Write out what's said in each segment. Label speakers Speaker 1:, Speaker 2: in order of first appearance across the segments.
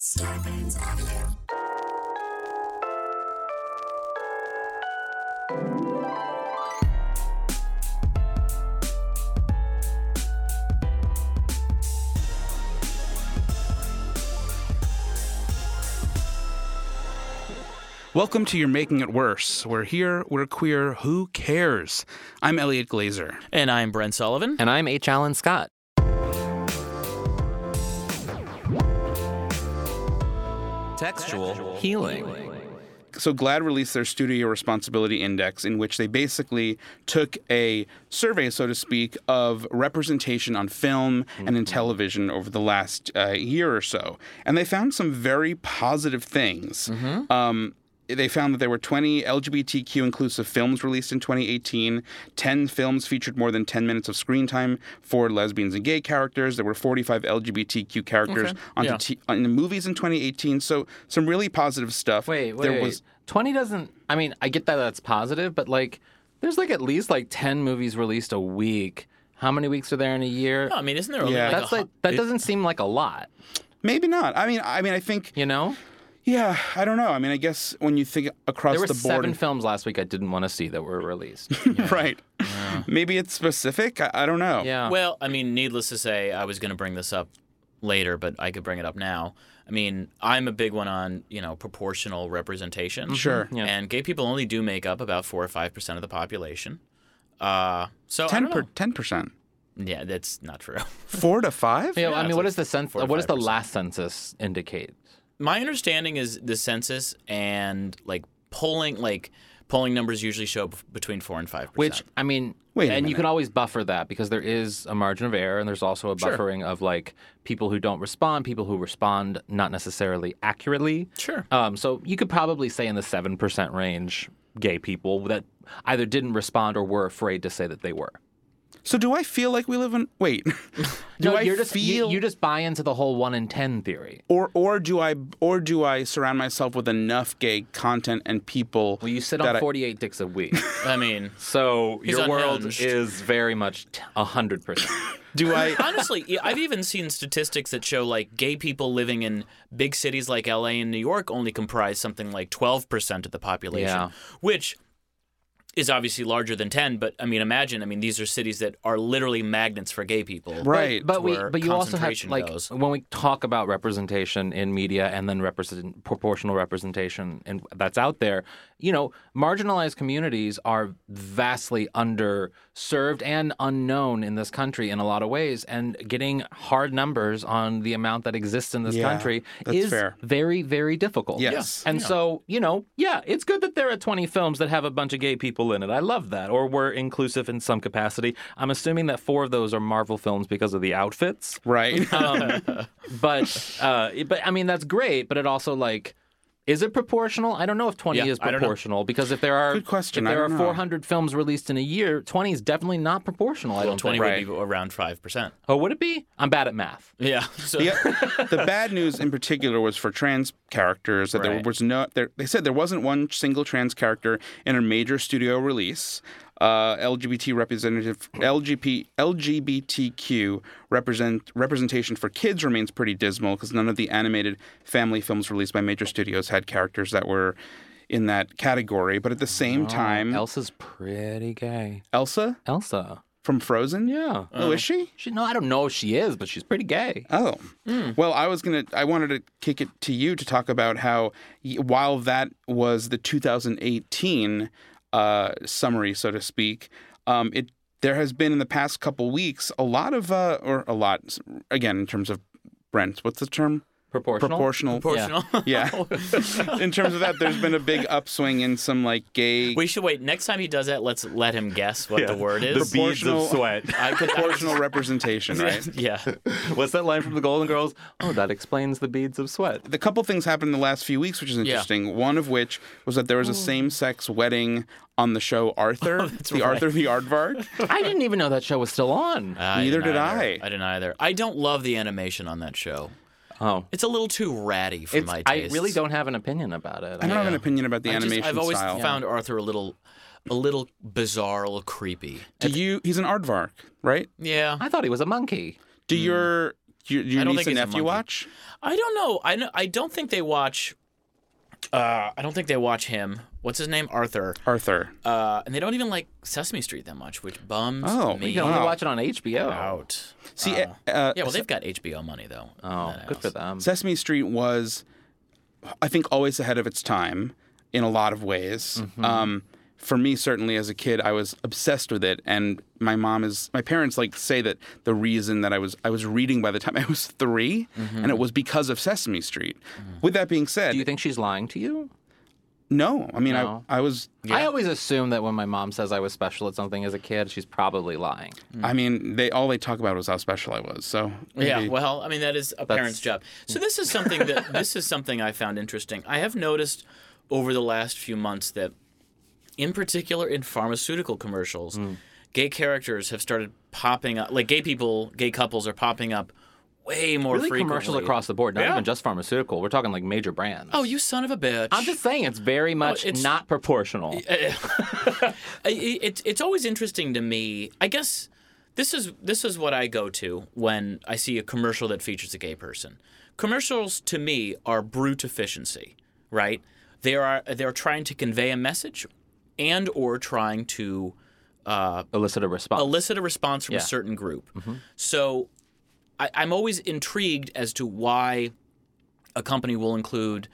Speaker 1: Starburns Audio.
Speaker 2: Welcome to Your Making It Worse. We're here, we're queer, who cares? I'm Elliot Glazer.
Speaker 3: And I'm Brent Sullivan.
Speaker 4: And I'm H. Allen Scott.
Speaker 3: Oh,
Speaker 4: Textual healing.
Speaker 2: So Glad released their Studio Responsibility Index, in which they basically took a survey, so to speak, of representation on film and
Speaker 4: Mm-hmm.
Speaker 2: in television over the last uh, year or so. And they found some very positive things.
Speaker 4: Mm-hmm.
Speaker 2: Um, they found that there were 20 LGBTQ inclusive films released in 2018. 10 films featured more than 10 minutes of screen time for lesbians and gay characters. There were 45 LGBTQ characters on
Speaker 3: Yeah.
Speaker 2: t- on the movies in 2018. So some really positive stuff.
Speaker 4: Wait, wait,
Speaker 2: there
Speaker 4: wait.
Speaker 2: was
Speaker 4: 20 doesn't. I mean, I get that that's positive, but like, there's like at least like 10 movies released a week. How many weeks are there in a year?
Speaker 3: I mean, isn't there only
Speaker 2: Yeah.
Speaker 3: like
Speaker 4: that's
Speaker 3: a
Speaker 4: like that doesn't seem like a lot,
Speaker 2: maybe not. I mean, I mean, I think
Speaker 4: you know?
Speaker 2: yeah. I don't know. I mean, I guess when you think across
Speaker 4: There were
Speaker 2: the board,
Speaker 4: seven films last week I didn't want to see that were released.
Speaker 2: right? Maybe it's specific. I, I don't know.
Speaker 4: yeah.
Speaker 3: Well, I mean, needless to say, I was going to bring this up later, but I could bring it up now. I mean, I'm a big one on you know proportional representation.
Speaker 2: Mm-hmm. Sure.
Speaker 4: Yeah.
Speaker 3: And gay people only do make up about four or five percent of the population. Uh, so I
Speaker 2: Ten
Speaker 3: don't
Speaker 2: per
Speaker 3: know.
Speaker 2: ten percent.
Speaker 3: Yeah, that's not true.
Speaker 2: Four to five.
Speaker 4: Yeah,
Speaker 3: Yeah,
Speaker 4: I mean,
Speaker 3: it's
Speaker 4: what
Speaker 3: like
Speaker 4: does the sense? What does the
Speaker 3: 45%.
Speaker 4: last census indicate?
Speaker 3: My understanding is the census and like polling, like polling numbers usually show b- between four and five percent.
Speaker 4: Which I mean,
Speaker 2: Wait a
Speaker 4: and you
Speaker 2: minute.
Speaker 4: can always buffer that because there is a margin of error, and there's also a
Speaker 3: Sure.
Speaker 4: buffering of like people who don't respond, people who respond not necessarily accurately.
Speaker 3: Sure.
Speaker 4: Um, so you could probably say in the seven percent range, gay people that either didn't respond or were afraid to say that they were.
Speaker 2: So do I feel like we live in? Wait. do
Speaker 4: no,
Speaker 2: I
Speaker 4: you're just you-
Speaker 2: feel?
Speaker 4: you, just buy into the whole one in ten theory.
Speaker 2: or or do I or do I surround myself with enough gay content and people?
Speaker 4: Well, you sit
Speaker 2: that
Speaker 4: on
Speaker 2: I-
Speaker 4: 48 dicks a week,
Speaker 3: I mean,
Speaker 4: so
Speaker 3: He's
Speaker 4: your world
Speaker 3: unhinged.
Speaker 4: is very much t- hundred percent.
Speaker 2: do I?
Speaker 3: Honestly, yeah, I've even seen statistics that show like gay people living in big cities like LA and New York only comprise something like 12% of the population,
Speaker 4: Yeah.
Speaker 3: which is obviously larger than 10, but I mean imagine, I mean these are cities that are literally magnets for gay people.
Speaker 2: Right.
Speaker 4: But, but we,
Speaker 3: where
Speaker 4: but you also have
Speaker 3: concentration
Speaker 4: like
Speaker 3: goes.
Speaker 4: when we talk about representation in media and then represent proportional representation and that's out there. You know, marginalized communities are vastly underserved and unknown in this country in a lot of ways, and getting hard numbers on the amount that exists in this
Speaker 2: Yeah,
Speaker 4: country
Speaker 2: that's
Speaker 4: is
Speaker 2: fair.
Speaker 4: very, very difficult.
Speaker 2: Yes.
Speaker 4: And so, you know, yeah, it's good that there are 20 films that have a bunch of gay people in it. I love that. Or were inclusive in some capacity. I'm assuming that four of those are Marvel films because of the outfits. Um,
Speaker 2: Right.
Speaker 4: But uh but I mean that's great, but it also like is it proportional? I don't know if 20
Speaker 3: Yeah,
Speaker 4: is
Speaker 3: I don't know.
Speaker 4: proportional because if there are
Speaker 2: Good question.
Speaker 4: if
Speaker 2: I
Speaker 4: there are
Speaker 2: don't know.
Speaker 4: 400 films released in a year, 20 is definitely not proportional, I don't
Speaker 3: 20
Speaker 4: think.
Speaker 3: would be around 5%.
Speaker 4: Oh, would it be? I'm bad at math.
Speaker 3: Yeah. So
Speaker 2: the, the bad news in particular was for trans characters that there
Speaker 4: Right.
Speaker 2: was no there, they said there wasn't one single trans character in a major studio release uh, lgbt representative LGBT, lgbtq represent representation for kids remains pretty dismal because none of the animated family films released by major studios had characters that were in that category but at the
Speaker 4: Oh,
Speaker 2: same time
Speaker 4: Elsa's pretty gay.
Speaker 2: elsa
Speaker 4: Elsa.
Speaker 2: from frozen
Speaker 4: Yeah. Uh-huh.
Speaker 2: oh is she
Speaker 4: She no, I don't know if she is, but she's pretty gay.
Speaker 2: Oh, well, I was gonna. I wanted to kick it to you to talk about how, y- while that was the 2018 uh, summary, so to speak, um, it there has been in the past couple weeks a lot of, uh, or a lot, s- again in terms of Brent. What's the term?
Speaker 4: Proportional.
Speaker 2: Proportional.
Speaker 3: proportional.
Speaker 2: yeah. in terms of that, there's been a big upswing in some like gay
Speaker 3: we should wait. Next time he does that, let's let him guess what the word is.
Speaker 2: beat. beads of
Speaker 4: sweat.
Speaker 3: I could
Speaker 2: proportional representation, right?
Speaker 3: Yeah.
Speaker 4: What's that line from the Golden Girls? Oh, that explains the beads of sweat.
Speaker 2: the couple things happened in the last few weeks, which is interesting. One of which was that there was a same-sex wedding on the show Arthur,
Speaker 3: Oh,
Speaker 2: the Arthur the Aardvark.
Speaker 4: I didn't even know that show was still on.
Speaker 3: I
Speaker 2: Neither did
Speaker 3: didn't either.
Speaker 2: I.
Speaker 3: I didn't either. I don't love the animation on that show.
Speaker 4: Oh.
Speaker 3: It's a little too ratty for
Speaker 4: It's,
Speaker 3: my
Speaker 4: I
Speaker 3: taste.
Speaker 4: really don't have an opinion about it.
Speaker 2: I don't have an opinion about the
Speaker 3: I
Speaker 2: animation
Speaker 3: just, I've always
Speaker 2: style.
Speaker 3: found Arthur a little, a little bizarre, a little creepy.
Speaker 2: Do you? He's an Aardvark, right?
Speaker 3: Yeah.
Speaker 4: I thought he was a monkey.
Speaker 2: Do your your, your
Speaker 3: Hmm. I don't
Speaker 2: niece and
Speaker 3: think he's a
Speaker 2: nephew
Speaker 3: monkey.
Speaker 2: watch?
Speaker 3: I don't know. I kn- I don't think they watch. Uh, I don't think they watch him. What's his name? Arthur.
Speaker 2: Arthur.
Speaker 3: Uh, and they don't even like Sesame Street that much, which bums
Speaker 2: Oh,
Speaker 3: me
Speaker 4: You can only
Speaker 2: Wow.
Speaker 4: watch it on HBO.
Speaker 3: out.
Speaker 2: See,
Speaker 3: Uh,
Speaker 2: uh, uh,
Speaker 3: yeah, well, they've got HBO money though.
Speaker 4: Oh,
Speaker 3: That
Speaker 4: good for
Speaker 3: else.
Speaker 4: them.
Speaker 2: Sesame Street was, I think, always ahead of its time in a lot of ways.
Speaker 4: Mm-hmm.
Speaker 2: Um, for me, certainly as a kid, I was obsessed with it, and my mom is. My parents like say that the reason that I was I was reading by the time I was 3 and it was because of Sesame Street. With that being said,
Speaker 4: Mm-hmm. Mm. Do you think she's lying to you?
Speaker 2: no, I mean
Speaker 4: No.
Speaker 2: I I was.
Speaker 4: I always assume that when my mom says I was special at something as a kid, she's probably lying.
Speaker 2: I mean they all they talk about was how special I was. So
Speaker 3: Yeah,
Speaker 2: maybe-
Speaker 3: well, I mean that is a parent's job. So this is something that this is something I found interesting. I have noticed over the last few months that in particular in pharmaceutical commercials,
Speaker 4: Hmm.
Speaker 3: gay characters have started popping up like gay people, gay couples are popping up way more
Speaker 4: Really
Speaker 3: frequently.
Speaker 4: commercials across the board, not even just pharmaceutical. We're talking like major brands.
Speaker 3: Oh, you son of a bitch.
Speaker 4: I'm just saying it's very much
Speaker 3: it's-
Speaker 4: not proportional.
Speaker 3: I- I- it's it's always interesting to me. I guess this is this is what I go to when I see a commercial that features a gay person. Commercials to me are brute efficiency, right? They are they're trying to convey a message, and or trying to uh,
Speaker 4: Elicit a response.
Speaker 3: elicit a response from a certain group.
Speaker 4: Mm-hmm.
Speaker 3: So I, I'm always intrigued as to why a company will include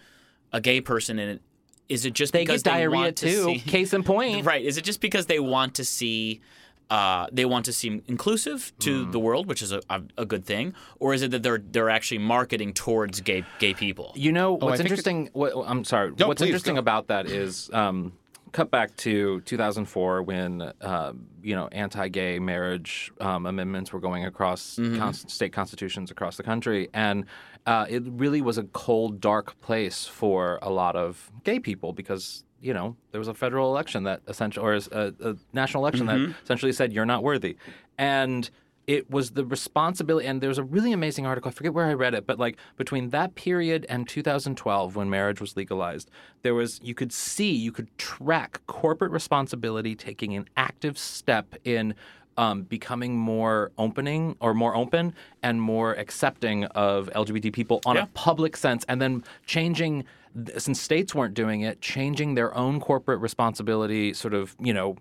Speaker 3: a gay person in it. Is it just
Speaker 4: they
Speaker 3: because
Speaker 4: get
Speaker 3: they
Speaker 4: diarrhea
Speaker 3: want to
Speaker 4: too.
Speaker 3: see-
Speaker 4: Case in point.
Speaker 3: Right. Is it just because they want to see, uh, they want to seem inclusive to the world, which is a, a, a good thing, or is it that they're they're actually marketing towards gay gay people?
Speaker 4: You know what's
Speaker 2: think it-
Speaker 4: interesting? what, I'm sorry.
Speaker 2: No,
Speaker 4: what's
Speaker 2: please,
Speaker 4: interesting
Speaker 2: go.
Speaker 4: about that is um, cut back to 2004 when uh, you know anti-gay marriage um, amendments were going across
Speaker 3: Mm-hmm.
Speaker 4: con- state constitutions across the country, and uh, it really was a cold, dark place for a lot of gay people because. You know, there was a federal election that essentially, or a, a national election
Speaker 3: Mm-hmm.
Speaker 4: that essentially said you're not worthy, and it was the responsibility and there was a really amazing article i forget where i read it but like between that period and 2012 when marriage was legalized there was you could see you could track corporate responsibility taking an active step in um, becoming more opening or more open and more accepting of lgbt people on a public sense and then changing since states weren't doing it changing their own corporate responsibility sort of you know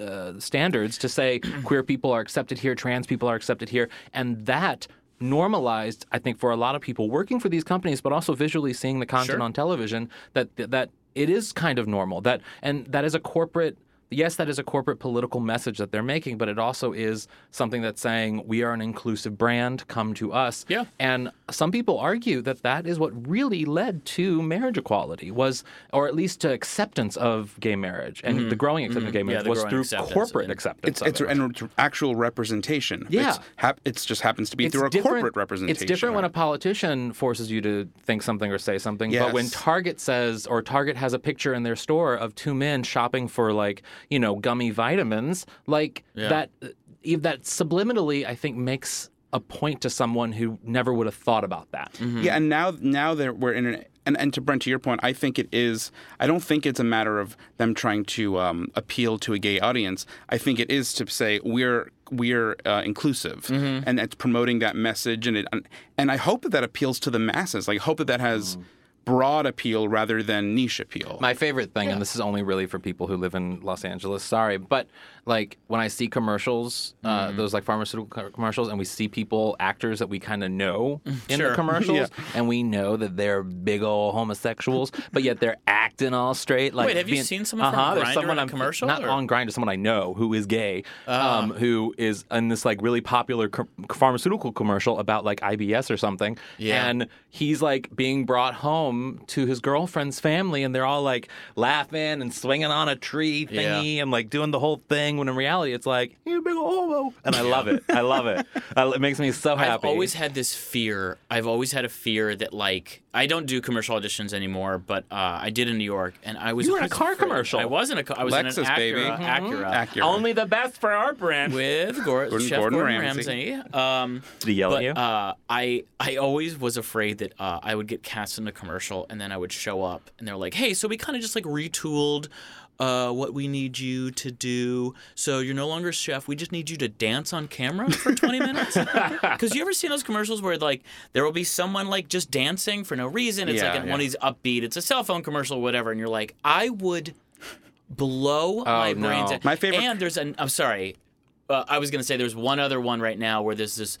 Speaker 4: uh, standards to say queer people are accepted here trans people are accepted here and that normalized i think for a lot of people working for these companies but also visually seeing the content on television that that it is kind of normal that and that is a corporate yes that is a corporate political message that they're making but it also is something that's saying we are an inclusive brand come to us
Speaker 3: Yeah.
Speaker 4: and some people argue that that is what really led to marriage equality was, or at least to acceptance of gay marriage and the growing acceptance of gay marriage
Speaker 3: Mm-hmm. the
Speaker 4: was
Speaker 3: growing
Speaker 4: through
Speaker 3: acceptance
Speaker 4: corporate
Speaker 3: and-
Speaker 4: acceptance.
Speaker 2: It's,
Speaker 4: of it.
Speaker 2: and it's actual representation.
Speaker 4: Yeah.
Speaker 2: it's, hap- it's just happens to be
Speaker 4: It's
Speaker 2: through a
Speaker 4: different-
Speaker 2: corporate representation.
Speaker 4: It's different when a politician forces you to think something or say something, but when
Speaker 2: Yes.
Speaker 4: Target says or Target has a picture in their store of two men shopping for like you know gummy vitamins, like that if that subliminally I think makes a point to someone who never would have thought about that.
Speaker 3: Hmm.
Speaker 2: Yeah, and now now that we're in an and, and to Brent, to your point, I think it is. I don't think it's a matter of them trying to um, appeal to a gay audience. I think it is to say we're we're uh, inclusive,
Speaker 3: Mm-hmm.
Speaker 2: and it's promoting that message. And it and I hope that that appeals to the masses. Like I hope that that has
Speaker 3: Hmm.
Speaker 2: broad appeal rather than niche appeal.
Speaker 4: My favorite thing, and this is only really for people who live in Los Angeles. Sorry, but like when I see commercials, uh,
Speaker 3: Mm-hmm.
Speaker 4: those like pharmaceutical co- commercials, and we see people, actors that we kind of know in the commercials, and we know that they're big old homosexuals, but yet they're acting all straight. Like,
Speaker 3: Wait, have you seen someone from
Speaker 4: uh-huh, there's
Speaker 3: Grindr
Speaker 4: someone
Speaker 3: in a
Speaker 4: I'm-
Speaker 3: commercial,
Speaker 4: Not
Speaker 3: or-
Speaker 4: on Grinder, someone I know who is gay, um,
Speaker 3: Ah.
Speaker 4: who is in this like really popular com- pharmaceutical commercial about like IBS or something,
Speaker 3: Yeah.
Speaker 4: and he's like being brought home to his girlfriend's family and they're all like laughing and swinging on a tree thingy and like doing the whole thing when in reality it's like you're a big old homo and i love it i love it I, it makes me so happy
Speaker 3: I've always had this fear. I've always had a fear that like I don't do commercial auditions anymore, but uh, I did in New York, and I was.
Speaker 4: You were in a car
Speaker 3: always afraid-
Speaker 4: commercial.
Speaker 3: I wasn't a. co- I was in
Speaker 2: Lexus,
Speaker 3: an Acura.
Speaker 2: baby. Mhm.
Speaker 3: Acura.
Speaker 2: Accurate.
Speaker 4: only the best for our brand
Speaker 3: With Gordon,
Speaker 2: Gordon-
Speaker 3: Chef
Speaker 2: Gordon
Speaker 3: Gordon,
Speaker 2: Ramsay.
Speaker 3: Ramsay. Um,
Speaker 4: Did he yell
Speaker 3: but
Speaker 4: at you
Speaker 3: uh, I I always was afraid that uh, I would get cast in a commercial and then I would show up and they're like, hey, so we kind of just like retooled uh, what we need you to do. So you're no longer a chef. We just need you to dance on camera for 20 minutes. Because you ever seen those commercials where like there will be someone like just dancing for no reason? It's
Speaker 2: Yeah,
Speaker 3: like an-
Speaker 2: yeah.
Speaker 3: one of these upbeat. It's a cell phone commercial, whatever. And you're like, I would blow my
Speaker 4: no.
Speaker 3: brains out.
Speaker 2: My favorite-
Speaker 3: And there's an. I'm sorry. Uh, I was gonna say there's one other one right now where there's this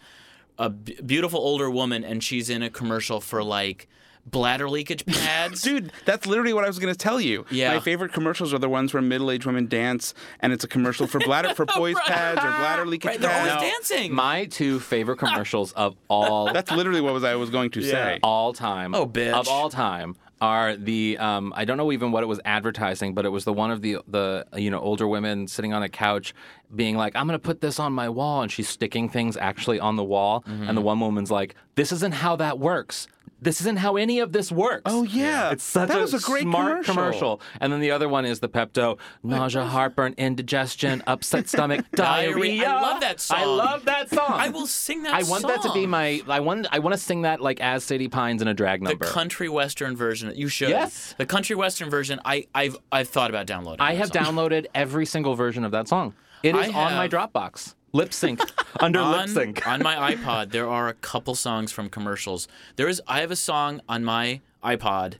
Speaker 3: a b- beautiful older woman and she's in a commercial for like bladder leakage pads.
Speaker 2: Dude, that's literally what I was going to tell you.
Speaker 3: Yeah.
Speaker 2: My favorite commercials are the ones where middle-aged women dance, and it's a commercial for bladder for poise pads or bladder leakage
Speaker 3: Right, they're always
Speaker 2: pads.
Speaker 3: dancing.
Speaker 4: My two favorite commercials of all
Speaker 2: That's literally what was I was going to say.
Speaker 4: all time.
Speaker 3: Oh, bitch.
Speaker 4: Of all time are the um, I don't know even what it was advertising, but it was the one of the the you know older women sitting on a couch being like, "I'm gonna put this on my wall," and she's sticking things actually on the wall, and the one woman's like, "This isn't how that works." This isn't how any of this works.
Speaker 2: Oh, yeah.
Speaker 4: it's such
Speaker 2: That
Speaker 4: a,
Speaker 2: was a great
Speaker 4: smart
Speaker 2: commercial.
Speaker 4: And then the other one is the Pepto: nausea, heartburn, indigestion, upset stomach,
Speaker 3: Diarrhea.
Speaker 4: diarrhea.
Speaker 3: I love that
Speaker 4: I
Speaker 3: song.
Speaker 4: love that song.
Speaker 3: I will sing that.
Speaker 4: I want that to be
Speaker 3: song.
Speaker 4: my. I want. I want to sing that like as Sadie Pines in a drag
Speaker 3: the
Speaker 4: number.
Speaker 3: country western version. You should.
Speaker 4: Yes.
Speaker 3: The country western version. I I've I've thought about downloading.
Speaker 4: I
Speaker 3: that
Speaker 4: have
Speaker 3: song.
Speaker 4: downloaded every single version of that song. It
Speaker 3: I
Speaker 4: is on my
Speaker 3: have-
Speaker 4: Dropbox. Lip sync under lip
Speaker 3: on,
Speaker 4: sync.
Speaker 3: on my iPod, there are a couple songs from commercials. There is I have a song on my iPod,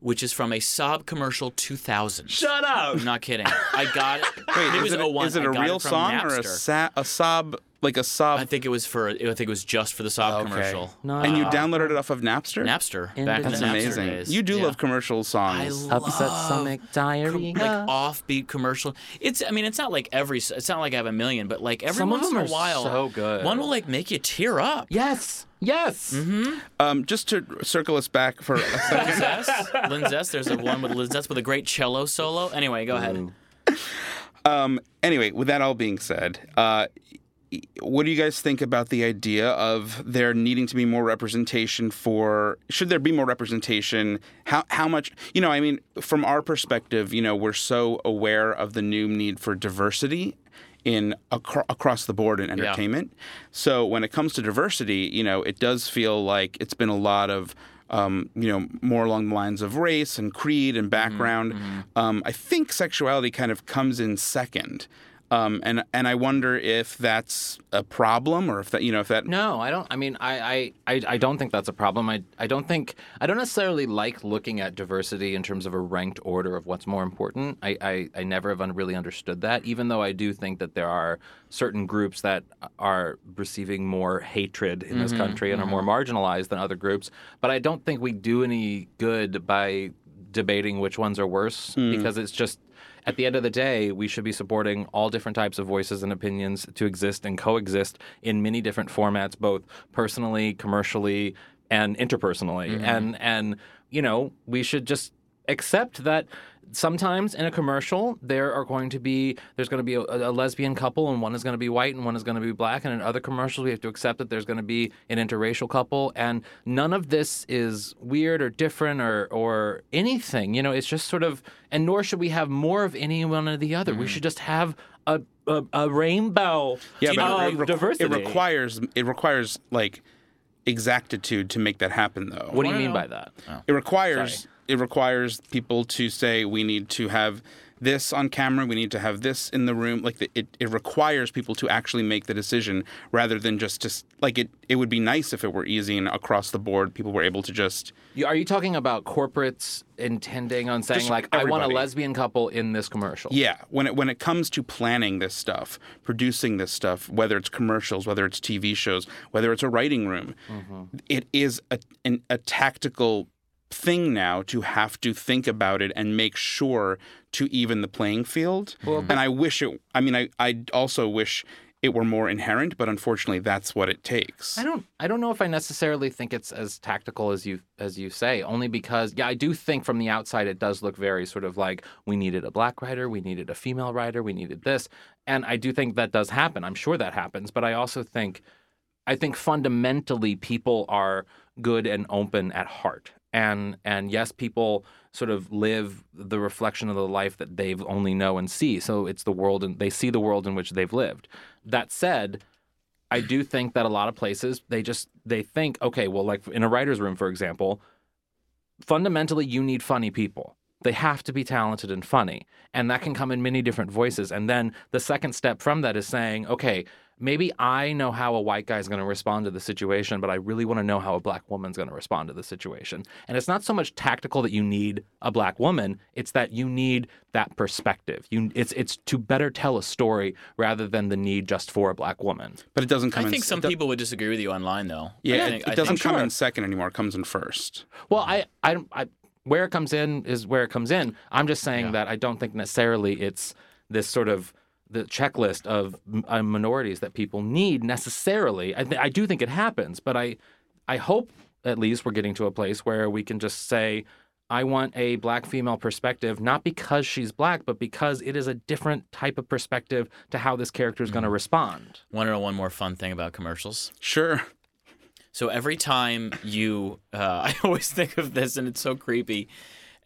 Speaker 3: which is from a Saab commercial 2000.
Speaker 4: Shut up.
Speaker 3: I'm Oh, not kidding. I got it.
Speaker 2: Wait,
Speaker 3: it
Speaker 2: is
Speaker 3: was
Speaker 2: it, a-
Speaker 3: 01.
Speaker 2: is it
Speaker 3: I
Speaker 2: a
Speaker 3: got
Speaker 2: real
Speaker 3: from
Speaker 2: song or a,
Speaker 3: Napster.
Speaker 2: sa- a sob, like a sob?
Speaker 3: I think it was for. I think it was just for the Saab commercial.
Speaker 4: No.
Speaker 2: and you downloaded it off of Napster?
Speaker 3: Napster. Back in
Speaker 2: That's
Speaker 3: the Napster
Speaker 2: amazing.
Speaker 3: days.
Speaker 2: You do
Speaker 3: Yeah.
Speaker 2: love commercial
Speaker 3: I
Speaker 2: songs.
Speaker 3: love
Speaker 4: Upset stomach diarrhea.
Speaker 3: like offbeat commercial. It's I mean it's not like every it's not like I have a million, but like every
Speaker 4: Some of
Speaker 3: once
Speaker 4: them
Speaker 3: in a
Speaker 4: are
Speaker 3: while,
Speaker 4: so good.
Speaker 3: one will like make you tear up.
Speaker 4: yes. Yes.
Speaker 3: Hmm?
Speaker 2: Um, just to circle us back for a second.
Speaker 3: Linzess, Linzess, there's a one with Linzess with a great cello solo. Anyway, go ahead.
Speaker 2: Mm. anyway, with that all being said, uh, what do you guys think about the idea of there needing to be more representation for should there be more representation how how much you know I mean from our perspective you know we're so aware of the new need for diversity in acro- across the board in entertainment so when it comes to diversity you know it does feel like it's been a lot of um, you know, more along the lines of race and creed and background. Um, I think sexuality kind of comes in second, um, and and I wonder if that's a problem or if that you know if that
Speaker 4: No, I don't. I mean, I, I, I, I don't think that's a problem. I, I don't think I don't necessarily like looking at diversity in terms of a ranked order of what's more important. I, I, I never have un- really understood that, even though I do think that there are certain groups that are receiving more hatred in this country and are more marginalized than other groups. But I don't think we do any good by debating which ones are worse because it's just at the end of the day, we should be supporting all different types of voices and opinions to exist and coexist in many different formats, both personally, commercially, and interpersonally. And and you know, we should just accept that sometimes in a commercial there are going to be there's going to be a, a lesbian couple and one is going to be white and one is going to be black and in other commercials we have to accept that there's going to be an interracial couple and none of this is weird or different or or anything you know it's just sort of and nor should we have more of any one or the
Speaker 2: Mm.
Speaker 4: other we should just have a a, a rainbow
Speaker 2: yeah,
Speaker 4: of
Speaker 2: but it, requ-
Speaker 4: diversity
Speaker 2: it requires it requires like exactitude to make that happen though.
Speaker 4: what do you
Speaker 3: Wanna
Speaker 4: mean
Speaker 3: know-
Speaker 4: by that
Speaker 2: It requires it requires people to say we need to have this on camera, we need to have this in the room. Like the, it, it requires people to actually make the decision rather than just just like it. It would be nice if it were easy and across the board people were able to just
Speaker 4: You- Are you talking about corporates intending on saying
Speaker 2: Just
Speaker 4: like, I want a
Speaker 2: everybody.
Speaker 4: lesbian couple in this commercial?
Speaker 2: yeah. When it when it comes to planning this stuff, producing this stuff, whether it's commercials, whether it's TV shows, whether it's a writing room, it is a an, a tactical thing now to have to think about it and make sure to even the playing field. and I wish it I mean I, I also wish it were more inherent, but unfortunately that's what it takes.
Speaker 4: I don't I don't know if I necessarily think it's as tactical as you as you say, only because yeah, I do think from the outside it does look very sort of like we needed a black writer, we needed a female writer, we needed this. And I do think that does happen. I'm sure that happens, but I also think I think fundamentally people are good and open at heart. And and yes, people sort of live the reflection of the life that they've only know and see. So it's the world and they see the world in which they've lived. That said, I do think that a lot of places they just they think, okay, well, like in a writer's room, for example, fundamentally you need funny people. they have to be talented and funny. And that can come in many different voices. And then the second step from that is saying, okay, maybe I know how a white guy is going to respond to the situation, but I really want to know how a black woman's going to respond to the situation. And it's not so much tactical that you need a black woman; it's that you need that perspective. You, it's it's to better tell a story rather than the need just for a black woman.
Speaker 2: But it doesn't come
Speaker 3: I
Speaker 2: in
Speaker 3: think
Speaker 2: s-
Speaker 3: some
Speaker 2: it do-
Speaker 3: people would disagree with you online, though.
Speaker 2: Yeah,
Speaker 3: I
Speaker 2: it-
Speaker 3: think-
Speaker 2: it,
Speaker 3: I think-
Speaker 2: doesn't come
Speaker 4: sure.
Speaker 2: in second anymore. It comes in first.
Speaker 4: Well, I, I, I, where it comes in is where it comes in. I'm just saying that I don't think necessarily it's this sort of the checklist of m- uh, minorities that people need necessarily. I, th- I do think it happens, but I, I hope at least we're getting to a place where we can just say. I want a black female perspective, not because she's black, but because it is a different type of perspective to how this character is going to respond.
Speaker 3: Want to know one more fun thing about commercials?
Speaker 2: Sure.
Speaker 3: So every time you, uh, I always think of this, and it's so creepy.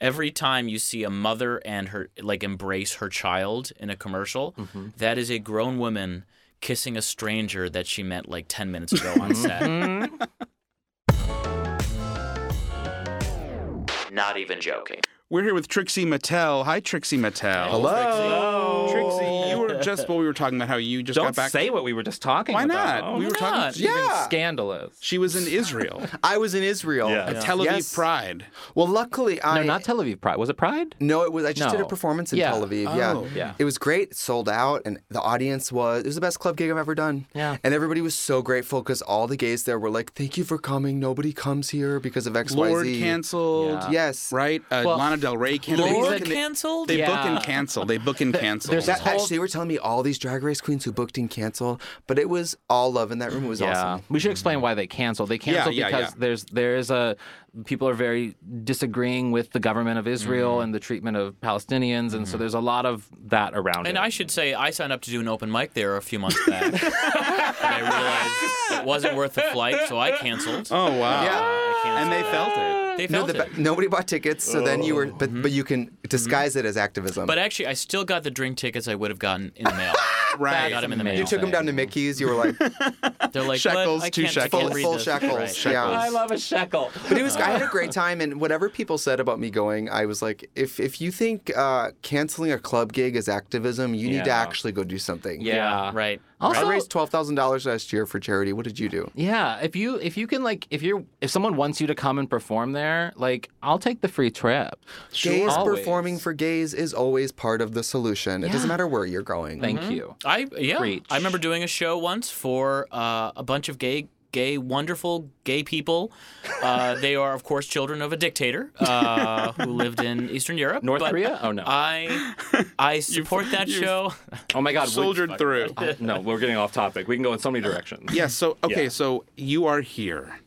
Speaker 3: Every time you see a mother and her like embrace her child in a commercial, that is a grown woman kissing a stranger that she met like ten minutes ago on
Speaker 4: Mm-hmm.
Speaker 3: set.
Speaker 2: Hmm?
Speaker 3: Not even joking.
Speaker 2: We're here with Trixie Mattel. Hi, Trixie Mattel.
Speaker 3: Hello.
Speaker 2: Trixie, you were just well, we were talking about how you just
Speaker 4: Don't
Speaker 2: got back.
Speaker 4: say what we were just talking
Speaker 2: Why
Speaker 4: about.
Speaker 2: not? we were
Speaker 3: not?
Speaker 2: talking.
Speaker 4: Even
Speaker 1: Yeah.
Speaker 4: Scandalous.
Speaker 2: She was in Israel,
Speaker 1: I was in Israel.
Speaker 2: a Tel Aviv
Speaker 1: Yes.
Speaker 2: pride.
Speaker 1: Well, luckily I
Speaker 4: No, not Tel Aviv Pride. Was it Pride?
Speaker 1: No, it was. I just did a
Speaker 4: No.
Speaker 1: performance in
Speaker 4: Yeah.
Speaker 1: Tel Aviv.
Speaker 2: Oh.
Speaker 1: Yeah.
Speaker 4: Yeah.
Speaker 1: It was great. It sold out, and the audience was. It was the best club gig I've ever done.
Speaker 4: Yeah.
Speaker 1: And everybody was so grateful because all the gays there were like, "Thank you for coming. Nobody comes here because of X, Y,
Speaker 2: Lord
Speaker 1: Z."
Speaker 2: canceled.
Speaker 4: Yeah.
Speaker 1: Yes.
Speaker 2: Right. Uh,
Speaker 4: Well,
Speaker 2: Lana Del Rey canceled.
Speaker 3: Laura
Speaker 2: They book and they-
Speaker 3: canceled?
Speaker 2: They book
Speaker 4: Yeah.
Speaker 2: and cancel. They book and cancel.
Speaker 4: there's
Speaker 1: That,
Speaker 4: whole-
Speaker 1: Actually, they were telling me all these Drag Race queens who booked and canceled, but it was all love in that room. It was awesome.
Speaker 4: We should explain why they canceled. They canceled
Speaker 2: yeah,
Speaker 4: because
Speaker 2: yeah.
Speaker 4: there's there's a people are very disagreeing with the government of Israel and the treatment of Palestinians, and so there's a lot of that around.
Speaker 3: And
Speaker 4: it.
Speaker 3: I should say, I signed up to do an open mic there a few months back. and I realized it wasn't worth the flight, so I canceled. Uh,
Speaker 2: oh wow.
Speaker 1: Yeah.
Speaker 3: I
Speaker 2: And they
Speaker 3: canceled.
Speaker 2: felt it.
Speaker 3: they
Speaker 1: No,
Speaker 3: felt
Speaker 1: the,
Speaker 3: it.
Speaker 1: ba- nobody bought tickets, so then you were, but but you can disguise it as activism.
Speaker 3: But actually, I still got the drink tickets I would have gotten in the mail. I
Speaker 2: Right.
Speaker 3: got them in the mail.
Speaker 1: you took them down to Mickey's. You were like
Speaker 3: They're like
Speaker 2: Shekels,
Speaker 3: "What? I
Speaker 2: two
Speaker 3: can't- I can't
Speaker 1: full,
Speaker 3: read
Speaker 1: full
Speaker 3: this."
Speaker 1: shackles.
Speaker 3: Right.
Speaker 1: Yeah.
Speaker 4: love a shekel.
Speaker 1: But it was. I had a great time, and whatever people said about me going, I was like, if if you think uh, canceling a club gig is activism, you need to
Speaker 4: Yeah.
Speaker 1: actually go do something.
Speaker 4: Yeah.
Speaker 3: Right.
Speaker 4: Also,
Speaker 1: I raised twelve thousand dollars last year for charity. What did you do?
Speaker 4: yeah. If you if you can like if you're if someone wants you to come and perform there, like I'll take the free trip.
Speaker 1: Gays
Speaker 4: Always.
Speaker 1: performing for gays is always part of the solution. It doesn't matter where you're going.
Speaker 4: Thank you.
Speaker 3: I yeah.
Speaker 4: Preach.
Speaker 3: I remember doing a show once for uh, a bunch of gay, gay, wonderful gay people. Uh, they are, of course, children of a dictator uh, who lived in Eastern Europe.
Speaker 4: North
Speaker 3: but
Speaker 4: Korea? Oh, no.
Speaker 3: I I support that show.
Speaker 4: Oh my God, would-
Speaker 2: Soldiered through.
Speaker 4: no, we're getting off topic. We can go in so many directions.
Speaker 2: Yes. So okay. So you are here.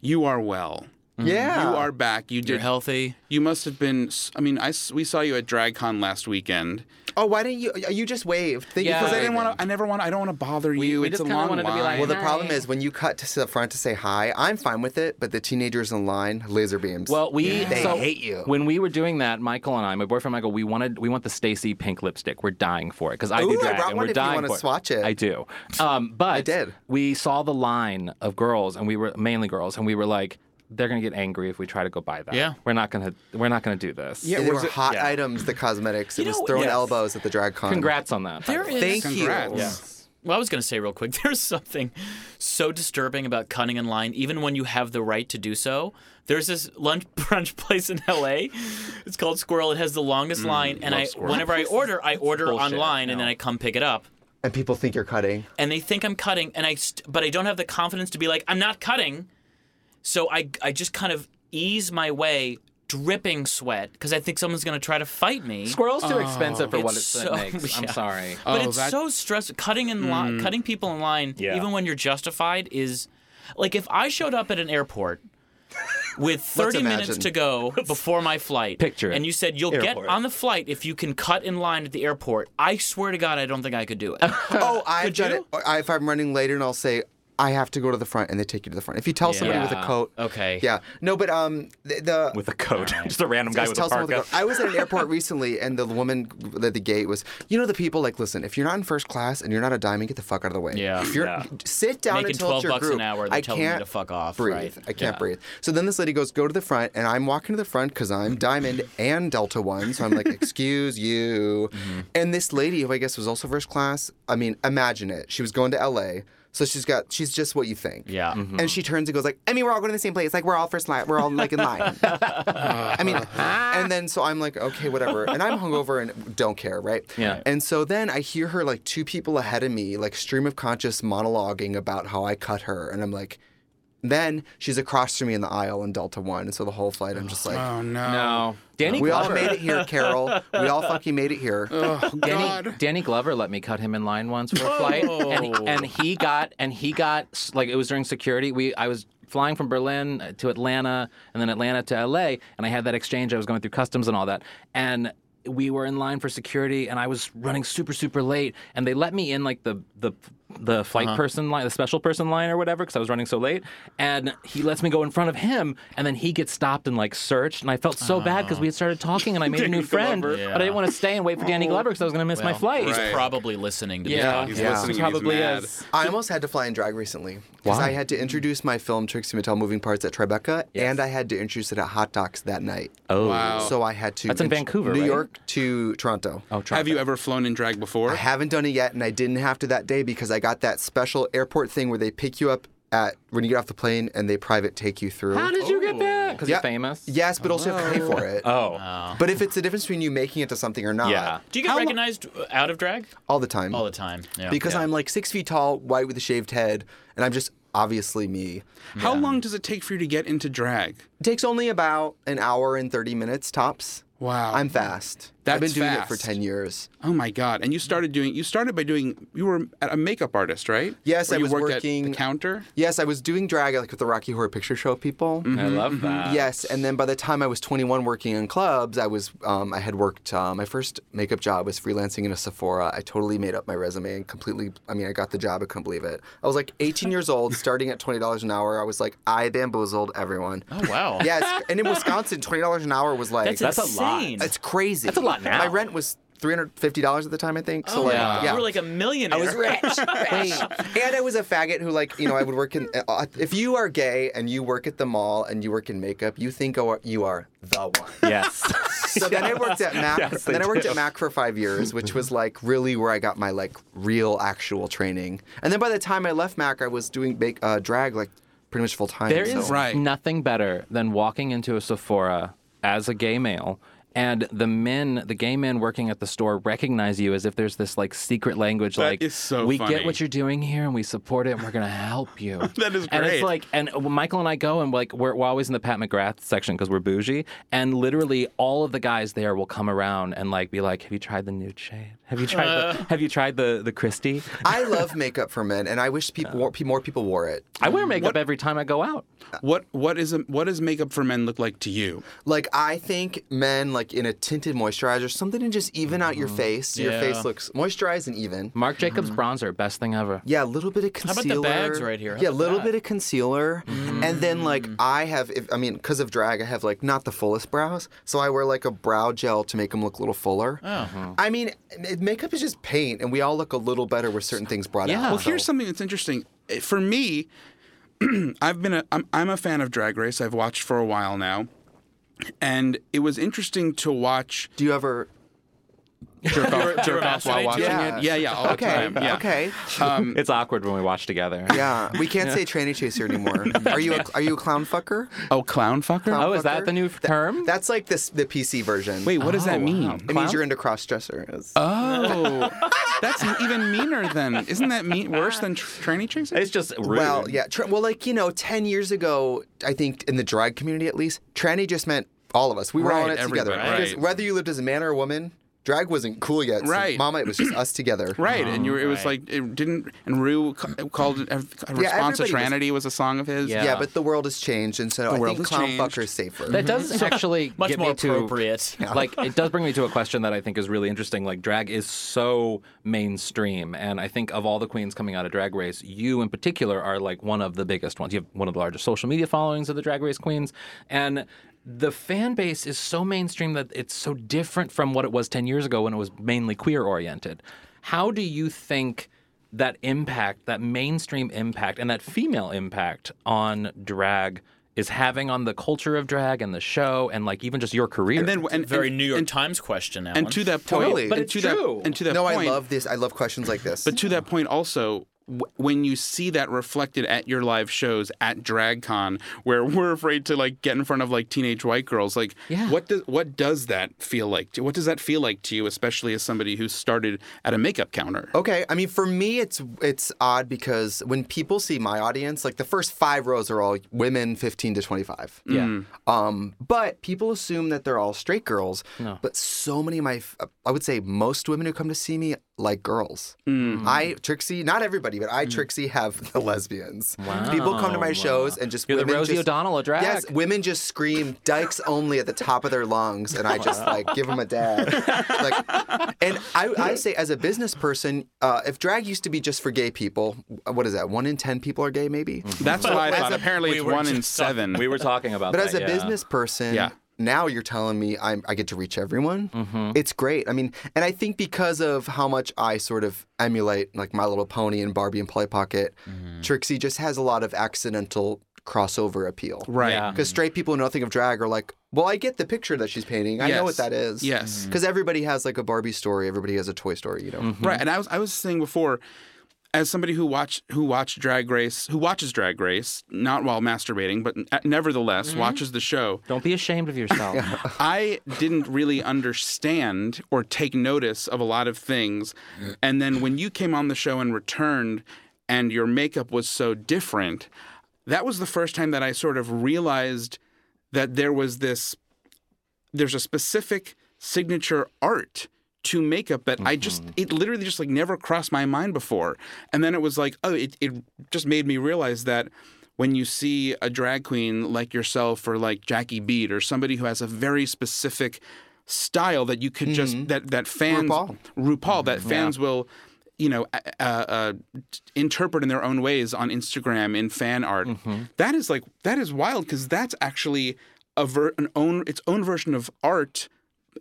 Speaker 2: You are well.
Speaker 1: Yeah.
Speaker 2: You are back. You
Speaker 3: You're
Speaker 2: did.
Speaker 3: healthy.
Speaker 2: You must have been. s- I mean, I s- we saw you at DragCon last weekend.
Speaker 1: Oh, why didn't you? You just waved. Thank you
Speaker 4: Yeah.
Speaker 1: for
Speaker 2: Because I didn't
Speaker 1: waving.
Speaker 2: want to. I never want. I don't want to bother you.
Speaker 4: we
Speaker 2: it's
Speaker 4: just
Speaker 2: a
Speaker 4: kinda
Speaker 2: long
Speaker 4: wanted to be
Speaker 2: line.
Speaker 4: like,
Speaker 1: Well, the
Speaker 4: Hi.
Speaker 1: problem is when you cut to the front to say hi. I'm fine with it, but the teenagers in line, laser beams.
Speaker 4: Well, we
Speaker 1: They
Speaker 4: so
Speaker 1: hate you.
Speaker 4: When we were doing that, Michael and I, my boyfriend Michael, we wanted we want the Stacy pink lipstick. We're dying for it because I
Speaker 1: Ooh,
Speaker 4: do
Speaker 1: I
Speaker 4: drag
Speaker 1: brought
Speaker 4: and
Speaker 1: one
Speaker 4: we're
Speaker 1: if you
Speaker 4: dying
Speaker 1: wanna
Speaker 4: for
Speaker 1: swatch it.
Speaker 4: I do, um, but I
Speaker 1: did.
Speaker 4: We saw the line of girls, and we were mainly girls, and we were like, they're gonna get angry if we try to go buy that.
Speaker 3: Yeah.
Speaker 4: we're not gonna we're not gonna do this.
Speaker 1: yeah,
Speaker 2: it
Speaker 1: they
Speaker 2: was
Speaker 1: were
Speaker 2: a-
Speaker 1: hot
Speaker 4: yeah.
Speaker 1: items. The cosmetics. It
Speaker 3: You
Speaker 1: was
Speaker 3: know,
Speaker 1: throwing
Speaker 3: yes.
Speaker 1: elbows at the drag con.
Speaker 4: Congrats on that. by the
Speaker 3: There
Speaker 4: way.
Speaker 3: is.
Speaker 1: Thank
Speaker 2: Congrats.
Speaker 1: you.
Speaker 2: Yeah.
Speaker 3: Well, I was going to say real quick, there's something so disturbing about cutting in line, even when you have the right to do so. There's this lunch brunch place in LA. It's called Squirrel. It has the longest line, and I whenever I order, I order
Speaker 4: bullshit.
Speaker 3: online, and then I come pick it up.
Speaker 1: And people think you're cutting.
Speaker 3: And they think I'm cutting, and I st- but I don't have the confidence to be like I'm not cutting. So I I just kind of ease my way, dripping sweat, because I think someone's going to try to fight me.
Speaker 4: Squirrel's too expensive for what it
Speaker 3: It's so-
Speaker 4: makes. I'm
Speaker 3: yeah.
Speaker 4: sorry.
Speaker 3: But
Speaker 2: Oh,
Speaker 3: it's
Speaker 2: that-
Speaker 3: so stressful. Cutting in line, cutting people in line,
Speaker 4: Yeah.
Speaker 3: even when you're justified, is like if I showed up at an airport with 30 minutes
Speaker 1: imagine.
Speaker 3: to go before my flight.
Speaker 4: Picture it.
Speaker 3: And you said you'll get
Speaker 4: Airport.
Speaker 3: on the flight if you can cut in line at the airport. I swear to God, I don't think I could do it.
Speaker 1: Oh, I've done
Speaker 3: you?
Speaker 1: it. I- If I'm running later, and I'll say. I have to go to the front, and they take you to the front. If you tell somebody with a
Speaker 3: Yeah.
Speaker 1: coat,
Speaker 3: Okay.
Speaker 1: yeah, no, but um, the, the
Speaker 5: with a coat. Just a random guy
Speaker 1: Just
Speaker 5: with a
Speaker 1: tell someone
Speaker 5: parka.
Speaker 1: to go. I was at an airport recently, and the woman at the gate was, you know, the people like, listen, if you're not in first class and you're not a diamond, get the fuck out of the way.
Speaker 3: Yeah.
Speaker 1: If you're
Speaker 5: Yeah.
Speaker 1: sit down
Speaker 3: Making
Speaker 1: and tell
Speaker 3: 12
Speaker 1: your
Speaker 3: bucks
Speaker 1: group,
Speaker 3: an hour, they're
Speaker 1: I
Speaker 3: telling you
Speaker 1: can't
Speaker 3: to fuck off,
Speaker 1: Breathe.
Speaker 3: right?
Speaker 1: I can't breathe. So then this lady goes, go to the front, and I'm walking to the front because I'm diamond and Delta One, so I'm like, excuse you.
Speaker 3: Mm-hmm.
Speaker 1: And this lady, who I guess was also first class, I mean, imagine it. She was going to L.A. So she's got she's just what you think.
Speaker 3: Yeah.
Speaker 1: And she turns and goes like, I mean, we're all going to the same place. Like we're all first line. We're all like in line.
Speaker 3: Uh-huh.
Speaker 1: I mean, and then so I'm like, okay, whatever. And I'm hungover and don't care, right?
Speaker 4: Yeah.
Speaker 1: And so then I hear her like two people ahead of me, like stream of conscious monologuing about how I cut her, and I'm like, then she's across from me in the aisle in Delta One, and so the whole flight I'm just like.
Speaker 2: Oh no.
Speaker 4: No, Danny
Speaker 1: We all
Speaker 4: Glover.
Speaker 1: made it here, Carol. We all fucking made it here.
Speaker 2: Oh
Speaker 4: Danny,
Speaker 2: God.
Speaker 4: Danny Glover let me cut him in line once for a flight, and, and he got and he got like it was during security. We I was flying from Berlin uh, to Atlanta, and then Atlanta to L.A. And I had that exchange. I was going through customs and all that, and we were in line for security, and I was running super super late, and they let me in like the the the flight person line, the special person line or whatever, because I was running so late, and he lets me go in front of him, and then he gets stopped and like searched, and I felt so bad because we had started talking, and I made a new friend,
Speaker 2: Glover.
Speaker 4: but I didn't want to stay and wait for Danny Glover because I was going to miss my
Speaker 3: Well,
Speaker 4: flight.
Speaker 3: He's
Speaker 2: Right.
Speaker 3: probably listening to this
Speaker 4: Yeah.
Speaker 3: podcast.
Speaker 2: He's
Speaker 1: Yeah.
Speaker 2: listening. and
Speaker 4: Probably
Speaker 2: he's mad.
Speaker 4: is.
Speaker 1: I almost had to fly in drag recently because I had to introduce my film Trixie Mattel Moving Parts at Tribeca, and I had to introduce it at Hot Docs that night.
Speaker 4: Oh,
Speaker 2: Wow.
Speaker 1: So I had to.
Speaker 4: That's in
Speaker 1: int-
Speaker 4: Vancouver,
Speaker 1: New
Speaker 4: right?
Speaker 1: York to Toronto.
Speaker 4: oh,
Speaker 2: Have you ever flown in drag before?
Speaker 1: I haven't done it yet, and I didn't have to that day because I got that special airport thing where they pick you up at when you get off the plane and they private take you through.
Speaker 4: How did you get that? Because
Speaker 1: Yeah.
Speaker 4: you're famous.
Speaker 1: Yes, but also you have to pay for it.
Speaker 4: Oh.
Speaker 3: Uh-huh.
Speaker 1: But if it's the difference between you making it to something or not,
Speaker 4: Yeah.
Speaker 3: Do you get recognized uh, out of drag?
Speaker 1: all the time.
Speaker 3: All the time. Yeah.
Speaker 1: because
Speaker 3: Yeah.
Speaker 1: I'm like six feet tall, white with a shaved head, and I'm just obviously me.
Speaker 2: How long does it take for you to get into drag?
Speaker 1: It takes only about an hour and 30 minutes tops.
Speaker 2: Wow.
Speaker 1: I'm fast.
Speaker 2: That's
Speaker 1: I've been doing it for
Speaker 2: fast.
Speaker 1: 10 years.
Speaker 2: Oh my God! And you started doing. You started by doing. You were a makeup artist, right?
Speaker 1: Yes,
Speaker 2: Or
Speaker 1: I
Speaker 2: you
Speaker 1: was
Speaker 2: worked at
Speaker 1: working-
Speaker 2: the counter.
Speaker 1: Yes, I was doing drag like with the Rocky Horror Picture Show people.
Speaker 4: I love that.
Speaker 1: Yes, and then by the time I was 21 working in clubs, I was um, I had worked uh, my first makeup job was freelancing in a Sephora. I totally made up my resume and completely I mean I got the job, I couldn't believe it. I was like 18 years old, starting at $20 an hour. I was like I bamboozled everyone.
Speaker 3: Oh wow.
Speaker 1: Yes, and in Wisconsin, $20 an hour was like
Speaker 3: That's,
Speaker 4: That's a lot.
Speaker 3: insane.
Speaker 1: it's crazy. That's
Speaker 4: a lot now.
Speaker 1: My rent was $350 at the time, I think. So
Speaker 3: Oh,
Speaker 1: like
Speaker 3: wow.
Speaker 1: yeah.
Speaker 3: You were like a millionaire.
Speaker 1: I was rich. Wait. And I was a faggot who, like, you know, I would work in. Uh, if you are gay and you work at the mall and you work in makeup, you think oh, you are the one.
Speaker 4: Yes.
Speaker 1: So then I worked at Mac.
Speaker 4: Yes, they
Speaker 1: then I worked
Speaker 4: do.
Speaker 1: at Mac for five years, which was like really where I got my like real actual training. And then by the time I left Mac, I was doing bake, uh, drag like pretty much full time.
Speaker 4: There is
Speaker 1: so.
Speaker 2: Right.
Speaker 4: nothing better than walking into a Sephora as a gay male. And the men, the gay men working at the store recognize you as if there's this like secret language
Speaker 2: That
Speaker 4: like
Speaker 2: is so
Speaker 4: we
Speaker 2: funny.
Speaker 4: get what you're doing here and we support it and we're gonna help you.
Speaker 2: That is
Speaker 4: And
Speaker 2: great.
Speaker 4: it's like and uh, Michael and I go and like we're, we're always in the Pat McGrath section because we're bougie and literally all of the guys there will come around and like be like, Have you tried the nude shade? Have you tried
Speaker 2: Uh.
Speaker 4: the have you tried the the Christie?
Speaker 1: I love makeup for men, and I wish people wore, more people wore it.
Speaker 4: I wear makeup every time I go out.
Speaker 1: Uh,
Speaker 2: What What is a, What does makeup for men look like to you?
Speaker 1: Like I think men like in a tinted moisturizer, something to just even out your face. so Your
Speaker 3: Yeah.
Speaker 1: face looks moisturized and even.
Speaker 4: Marc Jacobs
Speaker 2: Mm.
Speaker 4: bronzer, best thing ever.
Speaker 1: Yeah, a little bit of
Speaker 3: about
Speaker 1: concealer.
Speaker 3: the bags right here? How
Speaker 1: yeah, a
Speaker 3: about
Speaker 1: little
Speaker 3: that? Mm.
Speaker 1: bit of concealer, and then like I have, if, I mean, because of drag, I have like not the fullest brows, so I wear like a brow gel to make them look a little fuller.
Speaker 3: Oh.
Speaker 1: I mean, m- makeup is just paint, and we all look a little better with certain things brought out.
Speaker 4: Yeah.
Speaker 2: Well, here's something that's interesting. Eh, For me, I've been a I'm, I'm a fan of Drag Race. I've watched for a while now, and it was interesting to watch
Speaker 1: Do you ever?
Speaker 2: jerk off, jerk off while
Speaker 3: masturbating?
Speaker 2: watching
Speaker 1: Yeah.
Speaker 2: it. Yeah, yeah, all the
Speaker 1: Okay.
Speaker 2: time. Yeah.
Speaker 1: Okay.
Speaker 3: Um,
Speaker 4: it's awkward when we watch together.
Speaker 1: Yeah, we can't say tranny chaser anymore. Are you a, are you a clown fucker?
Speaker 2: Oh, clown fucker.
Speaker 1: Clown
Speaker 4: Oh, is that
Speaker 1: fucker?
Speaker 4: the new term?
Speaker 1: That's like this the PC version.
Speaker 2: Wait, what does that
Speaker 4: Oh,
Speaker 2: mean?
Speaker 4: wow.
Speaker 1: it means you're into cross dressers.
Speaker 2: Oh, that's even meaner than. Isn't that mean worse than tr- tranny chasing?
Speaker 4: it's just rude.
Speaker 1: Well, yeah. Tra- well, like, you know, 10 years ago, I think in the drag community at least, tranny just meant all of us. We were all in
Speaker 2: Right,
Speaker 1: it together.
Speaker 2: everybody,
Speaker 1: Because
Speaker 2: right.
Speaker 1: whether you lived as a man or a woman, drag wasn't cool yet. so
Speaker 2: Right.
Speaker 1: Mama, it was just us together.
Speaker 2: Right, and you were, it was
Speaker 4: right.
Speaker 2: like it didn't. And Rue ca- called uh, it a, a response to
Speaker 1: everybody was-
Speaker 2: Tranity was a song of his.
Speaker 1: Yeah,
Speaker 4: Yeah.
Speaker 1: but the world has changed, and so I
Speaker 2: world
Speaker 1: think
Speaker 2: has
Speaker 1: clown
Speaker 2: changed.
Speaker 1: fucker's safer.
Speaker 4: That
Speaker 1: Mm-hmm.
Speaker 4: does actually
Speaker 3: Much
Speaker 4: get
Speaker 3: more
Speaker 4: me to-
Speaker 3: appropriate.
Speaker 4: like it does bring me to a question that I think is really interesting. Like drag is so mainstream, and I think of all the queens coming out of Drag Race, you in particular are like one of the biggest ones. You have one of the largest social media followings of the Drag Race queens, and the fan base is so mainstream that it's so different from what it was ten years ago when it was mainly queer oriented. How do you think? That impact, that mainstream impact, and that female impact on drag is having on the culture of drag and the show, and like even just your career.
Speaker 2: and then and
Speaker 3: Very
Speaker 2: and,
Speaker 3: New York
Speaker 2: and,
Speaker 3: Times question, Alan.
Speaker 2: and to that point,
Speaker 1: Totally. But
Speaker 2: and
Speaker 4: it's
Speaker 2: to that-
Speaker 4: true.
Speaker 2: and to that
Speaker 1: no,
Speaker 2: point,
Speaker 1: I love this. I love questions like this.
Speaker 2: But to that point, also, w- when you see that reflected at your live shows at DragCon, where we're afraid to like get in front of like teenage white girls, like
Speaker 4: Yeah.
Speaker 2: what does what does that feel like? To, what does that feel like to you, especially as somebody who started at a makeup counter?
Speaker 1: Okay, I mean for me it's it's odd because when people see my audience, like the first 5 rows are all women 15 to 25.
Speaker 4: yeah,
Speaker 1: Um but people assume that they're all straight girls, no. but so many of my f- I would say most women who come to see me like girls. I Trixie, not everybody, but
Speaker 4: Mm.
Speaker 1: I Trixie have the lesbians. People come to my shows and just
Speaker 4: You're the
Speaker 1: women
Speaker 4: Rosie
Speaker 1: just-
Speaker 4: O'Donnell of drag.
Speaker 1: Yes, women just scream dykes only at the top of their lungs, and I just like give them a dab. Like, and I, I say as a business person, uh, if drag used to be just for gay people, uh, what is that? One in ten people are gay, maybe.
Speaker 2: That's what I
Speaker 1: as
Speaker 2: thought.
Speaker 1: a-
Speaker 2: Apparently,
Speaker 3: we
Speaker 2: it's
Speaker 3: were
Speaker 2: one in
Speaker 3: just talking-
Speaker 2: seven.
Speaker 4: we were talking about
Speaker 1: But
Speaker 4: that.
Speaker 1: as a
Speaker 4: yeah.
Speaker 1: business person,
Speaker 2: Yeah.
Speaker 1: now you're telling me I'm, I get to reach everyone. It's great. I mean, and I think because of how much I sort of emulate like My Little Pony and Barbie and Polly Pocket, Trixie just has a lot of accidental crossover appeal.
Speaker 2: right.
Speaker 4: Yeah.
Speaker 1: Because straight people who know nothing of drag are like, well, I get the picture that she's painting. I know what
Speaker 2: Yes.
Speaker 1: that is.
Speaker 2: Yes.
Speaker 1: Because everybody has like a Barbie story. Everybody has a toy story, you know?
Speaker 2: Right. And I was I was saying before, as somebody who watch who watched Drag Race, who watches Drag Race, not while masturbating, but n- nevertheless watches the show.
Speaker 4: Don't be ashamed of yourself.
Speaker 2: I didn't really understand or take notice of a lot of things. And then when you came on the show and returned, and your makeup was so different, that was the first time that I sort of realized that there was this there's a specific signature art to makeup that I just it literally just like never crossed my mind before. And then it was like, oh, it, it just made me realize that when you see a drag queen like yourself or like Jackie Beat or somebody who has a very specific style that you could just that that fans
Speaker 1: RuPaul.
Speaker 2: RuPaul,
Speaker 3: Mm,
Speaker 2: that fans will you know uh, uh, uh, interpret in their own ways on Instagram in fan art.
Speaker 3: Mm-hmm.
Speaker 2: That is like that is wild because that's actually a ver- an own its own version of art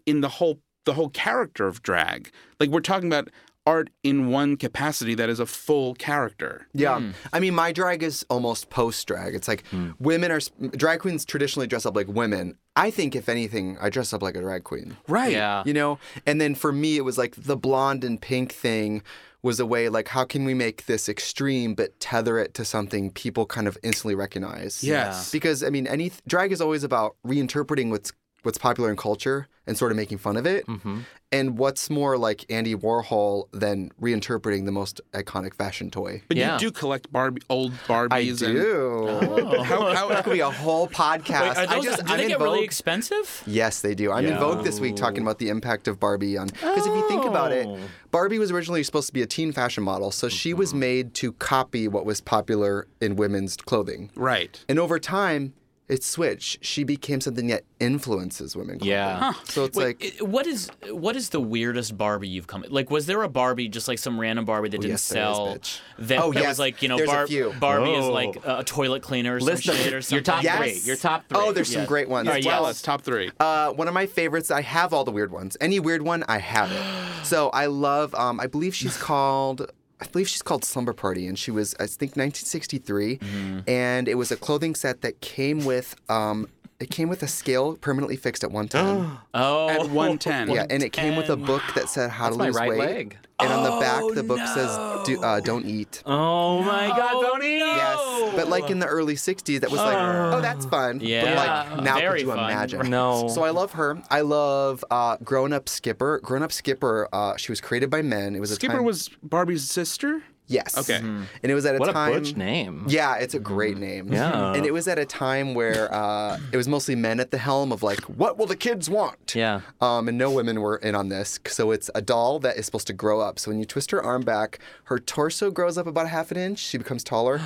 Speaker 2: in the whole the whole character of drag. Like we're talking about art in one capacity that is a full character.
Speaker 1: Yeah. I mean, my drag is almost post drag. It's like
Speaker 2: Mm.
Speaker 1: women are, drag queens traditionally dress up like women. I think, if anything, I dress up like a drag queen.
Speaker 2: Right.
Speaker 4: Yeah.
Speaker 1: You know? And then for me, it was like the blonde and pink thing was a way like, how can we make this extreme but tether it to something people kind of instantly recognize?
Speaker 2: Yes.
Speaker 1: because I mean, any drag is always about reinterpreting what's what's popular in culture and sort of making fun of it.
Speaker 3: Mm-hmm.
Speaker 1: And what's more like Andy Warhol than reinterpreting the most iconic fashion toy?
Speaker 2: But
Speaker 4: Yeah.
Speaker 2: you do collect Barbie old Barbies
Speaker 1: I
Speaker 2: and
Speaker 1: do.
Speaker 2: how,
Speaker 1: That could
Speaker 2: how
Speaker 1: be a whole podcast.
Speaker 3: Wait, are
Speaker 1: I
Speaker 3: those-
Speaker 1: just
Speaker 3: do
Speaker 1: I'm
Speaker 3: they
Speaker 1: in
Speaker 3: get really Oh.
Speaker 1: Vogue.
Speaker 3: expensive?
Speaker 1: Yes, they do. I'm in Vogue this week talking about the impact of Barbie on. Because if you think about
Speaker 3: Oh.
Speaker 1: it, Barbie was originally supposed to be a teen fashion model, so she
Speaker 3: Mm-hmm.
Speaker 1: was made to copy what was popular in women's clothing.
Speaker 2: right.
Speaker 1: And over time, it switched. She became something that influences women. clothing.
Speaker 4: Yeah.
Speaker 1: So it's like
Speaker 3: I- What is what is the weirdest Barbie you've come? Like, was there a Barbie just like some random Barbie that didn't
Speaker 1: Oh, yes, there is,
Speaker 3: sell?
Speaker 1: bitch.
Speaker 3: That,
Speaker 1: Oh,
Speaker 3: that
Speaker 1: yes,
Speaker 3: was like you know
Speaker 1: there's a
Speaker 3: Barb-
Speaker 1: few.
Speaker 3: Barbie is
Speaker 4: Oh.
Speaker 3: like a, a toilet cleaner or some
Speaker 4: List them.
Speaker 3: shit or
Speaker 4: Your
Speaker 3: something.
Speaker 4: top
Speaker 1: yes.
Speaker 4: three. Your top three.
Speaker 1: Oh, there's some great ones.
Speaker 3: All right,
Speaker 2: Wow,
Speaker 3: yes.
Speaker 2: that's top three.
Speaker 1: Uh, one of my favorites. I have all the weird ones. Any weird one, I have it. So I love. Um, I believe she's called. I believe she's called Slumber Party, and she was I think 1963,
Speaker 4: Mm-hmm.
Speaker 1: and it was a clothing set that came with. Um, it came with a scale permanently fixed at one time.
Speaker 3: Oh,
Speaker 2: At one ten.
Speaker 1: yeah, and it came with a book that said how to
Speaker 4: my
Speaker 1: lose
Speaker 4: right
Speaker 1: weight.
Speaker 4: leg.
Speaker 1: And on the back, the book says Do, uh, "Don't eat."
Speaker 4: Oh my God,
Speaker 3: Oh,
Speaker 4: don't eat.
Speaker 3: no.
Speaker 1: Yes, but like in the early '60s, that was like, oh, that's fun.
Speaker 3: Yeah.
Speaker 1: But like now,
Speaker 3: Very
Speaker 1: could you
Speaker 3: fun.
Speaker 1: imagine?
Speaker 4: No.
Speaker 1: So I love her. I love uh, Grown Up Skipper. Grown Up Skipper. Uh, she was created by men. It was a
Speaker 2: Skipper
Speaker 1: time-
Speaker 2: was Barbie's sister.
Speaker 1: Yes.
Speaker 2: Okay.
Speaker 1: And it was at a
Speaker 4: What a
Speaker 1: time.
Speaker 4: butch name.
Speaker 1: Yeah, it's a great name.
Speaker 4: Yeah.
Speaker 1: And it was at a time where uh, it was mostly men at the helm of like, what will the kids want?
Speaker 4: Yeah.
Speaker 1: Um, and no women were in on this. So it's a doll that is supposed to grow up. So when you twist her arm back, her torso grows up about half an inch. She becomes taller,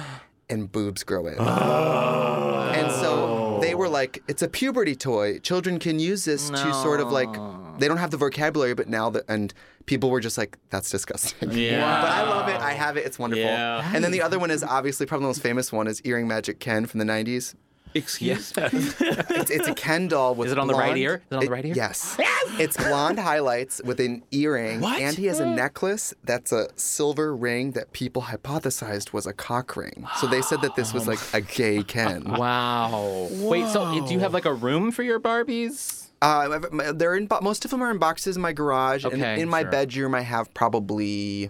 Speaker 1: and boobs grow in.
Speaker 4: Oh.
Speaker 1: And so they were like, it's a puberty toy. Children can use this to sort of like, they don't have the vocabulary, but now the, and people were just like, that's disgusting.
Speaker 3: Yeah.
Speaker 1: But I love it. I have it. It's wonderful.
Speaker 3: Yeah.
Speaker 1: And then the other one is obviously probably the most famous one is Earring Magic Ken from the 90s.
Speaker 2: Excuse
Speaker 1: It's, it's a Ken doll with
Speaker 4: Is it on the right
Speaker 1: blonde-
Speaker 4: ear? Is it on the right ear?
Speaker 1: Yes. it's blonde highlights with an earring.
Speaker 3: What?
Speaker 1: And he has a necklace that's a silver ring that people hypothesized was a cock ring. So they said that this was like a gay Ken.
Speaker 4: Oh Wow. Wait, so do you have like a room for your Barbies?
Speaker 1: Uh, I've- my- they're in bo- most of them are in boxes in my garage, and
Speaker 4: Okay,
Speaker 1: in my
Speaker 4: sure.
Speaker 1: bedroom I have probably,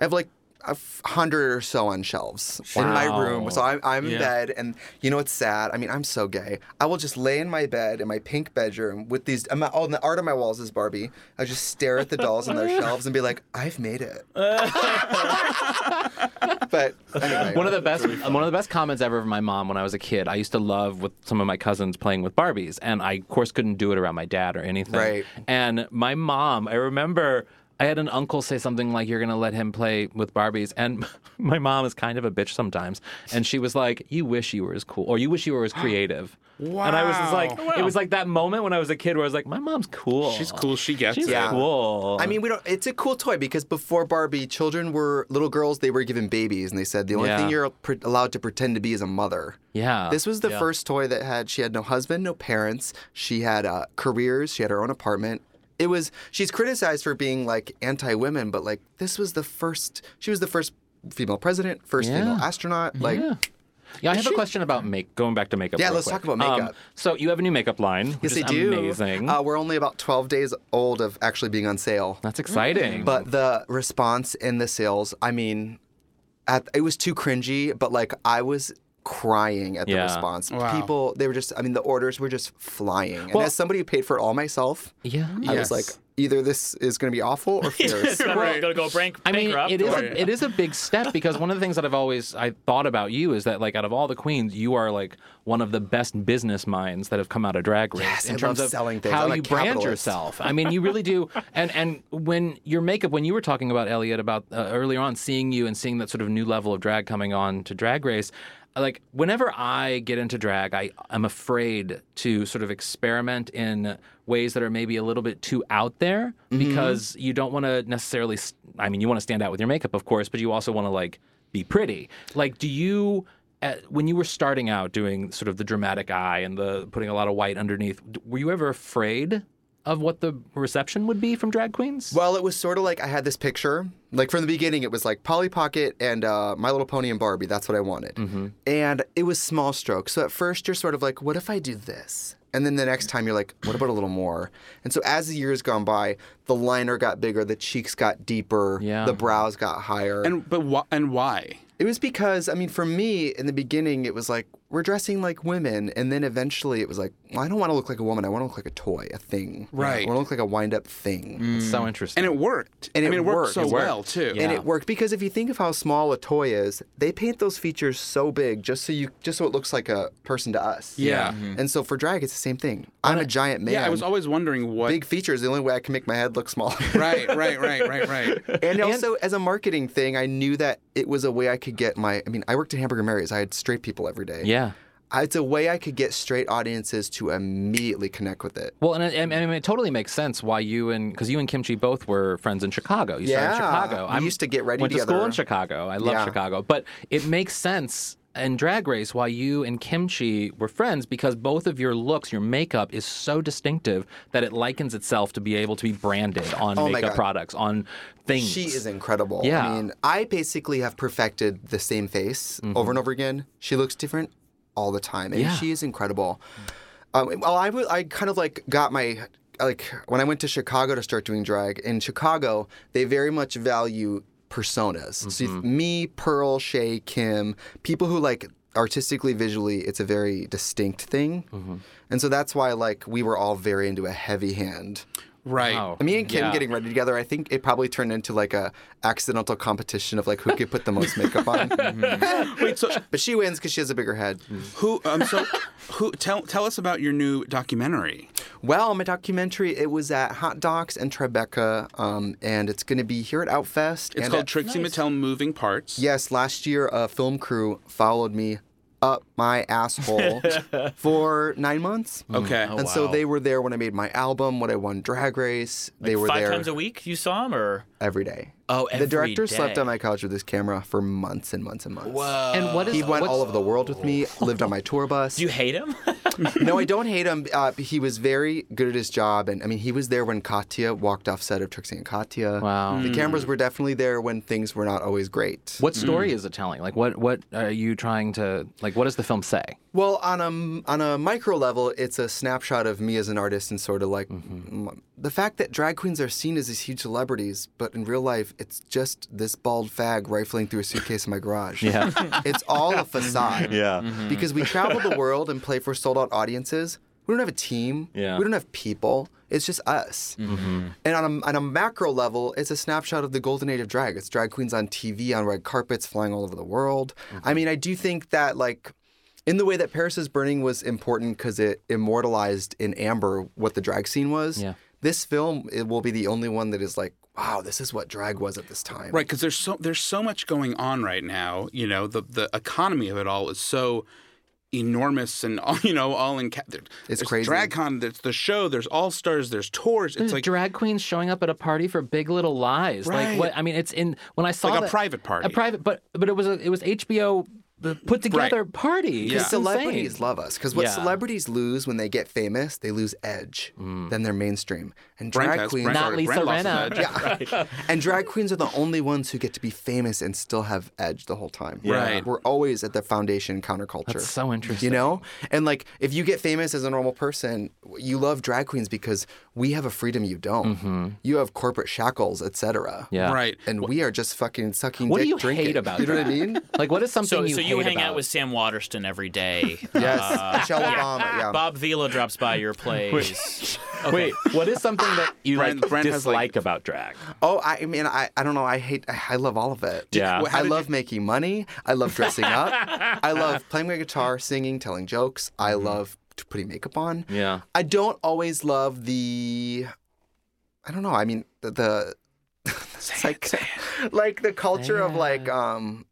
Speaker 1: I have like a f- hundred or so on shelves in my room. So I'm, I'm in bed, and you know it's sad. I mean I'm so gay. I will just lay in my bed in my pink bedroom with these. I'm not- oh, and the art on my walls is Barbie. I just stare at the dolls on their shelves and be like, I've made it. but anyway,
Speaker 4: One of the best one of the best comments ever from my mom when I was a kid. I used to love with some of my cousins playing with Barbies, and I of course couldn't do it around my dad or anything.
Speaker 1: Right.
Speaker 4: And my mom, I remember I had an uncle say something like, "You're gonna let him play with Barbies," and my mom is kind of a bitch sometimes, and she was like, "You wish you were as cool, or you wish you were as creative." And I was just like,
Speaker 2: Wow.
Speaker 4: it was like that moment when I was a kid where I was like, "My mom's cool.
Speaker 2: She's cool. She gets
Speaker 4: She's
Speaker 2: it.
Speaker 1: Yeah.
Speaker 4: cool."
Speaker 1: I mean, we don't. It's a cool toy because before Barbie, children were little girls. They were given babies, and they said the only
Speaker 4: Yeah.
Speaker 1: thing you're pre- allowed to pretend to be is a mother.
Speaker 4: yeah.
Speaker 1: This was the first toy that had she had no husband, no parents. She had uh, careers. She had her own apartment. It was she's criticized for being like anti women, but like this was the first. She was the first female president, first female
Speaker 4: Yeah.
Speaker 1: astronaut. Like
Speaker 4: Yeah, I have a question about make. Going back to makeup.
Speaker 1: Yeah,
Speaker 4: real
Speaker 1: let's
Speaker 4: quick. Um,
Speaker 1: talk about makeup.
Speaker 4: so you have a new makeup line. Which
Speaker 1: yes, they
Speaker 4: is
Speaker 1: do.
Speaker 4: Amazing.
Speaker 1: Uh, we're only about twelve days old of actually being on sale.
Speaker 4: That's exciting.
Speaker 1: But the response in the sales, I mean, at, it was too cringy, but like I was crying at the
Speaker 4: Yeah.
Speaker 1: response.
Speaker 2: Wow.
Speaker 1: People, they were just, I mean, the orders were just flying. And
Speaker 4: Well-
Speaker 1: as somebody who paid for it all myself,
Speaker 4: yeah.
Speaker 1: I
Speaker 2: Yes.
Speaker 1: was like, either this is going to be awful or fierce.
Speaker 3: Remember,
Speaker 2: Right.
Speaker 3: Gonna go bank-
Speaker 4: I mean,
Speaker 3: bankrupt.
Speaker 4: it is
Speaker 3: or-
Speaker 4: a, it is a big step because one of the things that I've always I thought about you is that like out of all the queens, you are like one of the best business minds that have come out of Drag Race
Speaker 1: Yes,
Speaker 4: in
Speaker 1: I
Speaker 4: terms
Speaker 1: love
Speaker 4: of
Speaker 1: selling things.
Speaker 4: how
Speaker 1: I'm a
Speaker 4: you brand
Speaker 1: capitalist.
Speaker 4: yourself. I mean, you really do. And and when your makeup, when you were talking about Elliot about uh, earlier on seeing you and seeing that sort of new level of drag coming on to Drag Race. Like whenever I get into drag, I am afraid to sort of experiment in ways that are maybe a little bit too out there because you don't want to necessarily. s- I mean, you want to stand out with your makeup, of course, but you also want to like be pretty. Like, do you? At, when you were starting out doing sort of the dramatic eye and the putting a lot of white underneath, d- were you ever afraid of what the reception would be from drag queens?
Speaker 1: Well, it was sort of like I had this picture. Like from the beginning, it was like Polly Pocket and uh, My Little Pony and Barbie. That's what I wanted. And it was small strokes. So at first, you're sort of like, what if I do this? And then the next time, you're like, what about a little more? And so as the years gone by, the liner got bigger, the cheeks got deeper,
Speaker 4: Yeah.
Speaker 1: the brows got higher.
Speaker 2: And but wh- and why?
Speaker 1: It was because, I mean, for me, in the beginning, it was like, we're dressing like women. And then eventually it was like, well, I don't want to look like a woman. I want to look like a toy, a thing.
Speaker 2: Right.
Speaker 1: I want to look like a wind up thing.
Speaker 4: It's so interesting.
Speaker 2: And it worked.
Speaker 1: mm. And
Speaker 2: I
Speaker 1: it
Speaker 2: mean, it worked,
Speaker 1: worked.
Speaker 2: so
Speaker 1: It worked.
Speaker 2: well too.
Speaker 4: Yeah.
Speaker 1: and it worked because if you think of how small a toy is, they paint those features so big just so you just so it looks like a person to us.
Speaker 2: Yeah.
Speaker 1: And so for drag, it's the same thing. I'm a giant man.
Speaker 2: Yeah, I was always wondering what.
Speaker 1: big features. The only way I can make my head look smaller.
Speaker 2: right, right, right, right, right.
Speaker 1: And also, as a marketing thing, I knew that it was a way I could get my. I mean, I worked at Hamburger Mary's. I had straight people every day.
Speaker 4: yeah.
Speaker 1: I- It's a way I could get straight audiences to immediately connect with it.
Speaker 4: Well, and, it- and, and it totally makes sense why you and because you and Kimchi both were friends in Chicago. You started in
Speaker 1: Yeah.
Speaker 4: Chicago.
Speaker 1: We used to get ready
Speaker 4: went to school
Speaker 1: together.
Speaker 4: in Chicago. I love
Speaker 1: Yeah.
Speaker 4: Chicago, but it makes sense in Drag Race why you and Kimchi were friends because both of your looks, your makeup is so distinctive that it likens itself to be able to be branded on
Speaker 1: Oh my
Speaker 4: makeup
Speaker 1: God.
Speaker 4: products on things.
Speaker 1: She is incredible.
Speaker 4: Yeah.
Speaker 1: I mean, I basically have perfected the same face over and over again. She looks different all the time,
Speaker 4: Mm-hmm.
Speaker 1: and
Speaker 4: Yeah.
Speaker 1: she is incredible. Um, well, I wa- I kind of like got my like when I went to Chicago to start doing drag. In Chicago, they very much value personas. So if
Speaker 4: Mm-hmm.
Speaker 1: me, Pearl, Shay, Kim, people who like artistically, visually, it's a
Speaker 4: Mm-hmm.
Speaker 1: very distinct thing, and so that's why like we were all very into a heavy hand
Speaker 2: Right.
Speaker 4: Wow.
Speaker 1: Me and Kim
Speaker 4: Yeah.
Speaker 1: getting ready together, I think it probably turned into like a accidental competition of like who could put the most makeup on.
Speaker 3: Mm-hmm.
Speaker 2: Wait, so
Speaker 1: But she wins because she has a bigger head.
Speaker 2: who um so who tell tell us about your new documentary.
Speaker 1: Well, my documentary it was at Hot Docs and Tribeca, um, and it's going to be here at Outfest.
Speaker 2: It's
Speaker 1: and
Speaker 2: called
Speaker 1: at-
Speaker 2: Trixie Mattel Moving Parts.
Speaker 1: Yes, last year a film crew followed me up my asshole for nine months.
Speaker 2: Okay.
Speaker 1: And so
Speaker 3: Oh, wow.
Speaker 1: they were there when I made my album, when I won Drag Race. they were
Speaker 3: Five
Speaker 1: there
Speaker 3: times a week you saw him, or
Speaker 1: every day.
Speaker 3: Oh, every
Speaker 1: the director slept
Speaker 3: day.
Speaker 1: on my couch with his camera for months and months and months.
Speaker 4: and what is
Speaker 1: He went
Speaker 4: what's-
Speaker 1: all over the world with me. Lived on my tour bus.
Speaker 3: do you hate him?
Speaker 1: no, I don't hate him. Uh, he was very good at his job, and I mean, he was there when Katya walked off set of Trixie and Katya.
Speaker 4: Wow.
Speaker 1: the
Speaker 3: Hmm.
Speaker 1: cameras were definitely there when things were not always great.
Speaker 4: What story is it telling? Like, what what are you trying to like? What does the film say?
Speaker 1: Well, on a on a micro level, it's a snapshot of me as an artist and sort of like m- the fact that drag queens are seen as these huge celebrities, but in real life, it's just this bald fag rifling through a suitcase in my garage. Yeah, it's all a facade.
Speaker 5: Yeah.
Speaker 4: Mm-hmm.
Speaker 1: because we travel the world and play for sold out audiences. We don't have a team.
Speaker 4: Yeah. Mm-hmm.
Speaker 1: We don't have people. It's just us. And on a, on a macro level, it's a snapshot of the golden age of drag. It's drag queens on TV, on red carpets, flying all over the world.
Speaker 4: Mm-hmm.
Speaker 1: I mean, I do think that, like, in the way that Paris is Burning was important because it immortalized in amber what the drag scene was,
Speaker 4: Yeah.
Speaker 1: this film it will be the only one that is like, wow, this is what drag was at this time.
Speaker 2: Right, because there's so there's so much going on right now. You know, the the economy of it all is so enormous and all you know all in ca- there-
Speaker 1: It's
Speaker 2: there's
Speaker 1: crazy. Mm,
Speaker 2: DragCon, there's the show, there's All Stars, there's tours. It's
Speaker 4: There's
Speaker 2: like
Speaker 4: drag queens showing up at a party for Big Little Lies.
Speaker 2: Right.
Speaker 4: Like what? I mean, it's in when I saw
Speaker 2: Like a
Speaker 4: that-
Speaker 2: private party.
Speaker 4: a private, but but it was a, it was HBO put together party.
Speaker 2: Yeah.
Speaker 1: Because
Speaker 4: It's
Speaker 1: celebrities
Speaker 4: insane.
Speaker 1: love us. Because what
Speaker 4: Yeah.
Speaker 1: celebrities lose when they get famous, they lose edge.
Speaker 4: Mm.
Speaker 1: Then they're mainstream. And
Speaker 2: Brent
Speaker 1: drag
Speaker 2: has-
Speaker 1: queens,
Speaker 2: Brent
Speaker 4: Not
Speaker 2: already-
Speaker 4: Lisa
Speaker 2: Brent lost
Speaker 4: Rinna.
Speaker 2: his edge.
Speaker 1: yeah. and drag queens are the only ones who get to be famous and still have edge the whole time.
Speaker 2: Right.
Speaker 1: We're always at the foundation counterculture.
Speaker 4: That's so interesting.
Speaker 1: You know? And like, if you get famous as a normal person, you love drag queens because we have a freedom you don't. You have corporate shackles, etc.
Speaker 4: Mm-hmm. Yeah.
Speaker 2: Right.
Speaker 1: And we are just fucking sucking
Speaker 4: What do
Speaker 1: dick
Speaker 4: you
Speaker 1: drinking.
Speaker 4: hate about
Speaker 1: You know what
Speaker 4: that?
Speaker 1: I mean?
Speaker 4: Like, what is something
Speaker 3: so,
Speaker 4: you
Speaker 3: so you
Speaker 4: hate
Speaker 3: hang out
Speaker 4: about?
Speaker 3: with Sam Waterston every day.
Speaker 1: Yes.
Speaker 3: Uh,
Speaker 1: Michelle Obama. Yeah.
Speaker 3: Bob Vila drops by your place.
Speaker 5: Wait, what is something that you
Speaker 2: Brent-
Speaker 5: like
Speaker 2: Brent has,
Speaker 5: dislike
Speaker 2: like-
Speaker 5: about drag?
Speaker 1: Oh, I mean, I, I don't know. I hate, I, I love all of it.
Speaker 5: Yeah.
Speaker 2: How
Speaker 1: I
Speaker 2: did
Speaker 1: love making money. I love dressing up. I love playing my guitar, singing, telling jokes. I love t- putting makeup on.
Speaker 4: Yeah.
Speaker 1: I don't always love the, I don't know. I mean, the, the it's like, like the culture of like, um,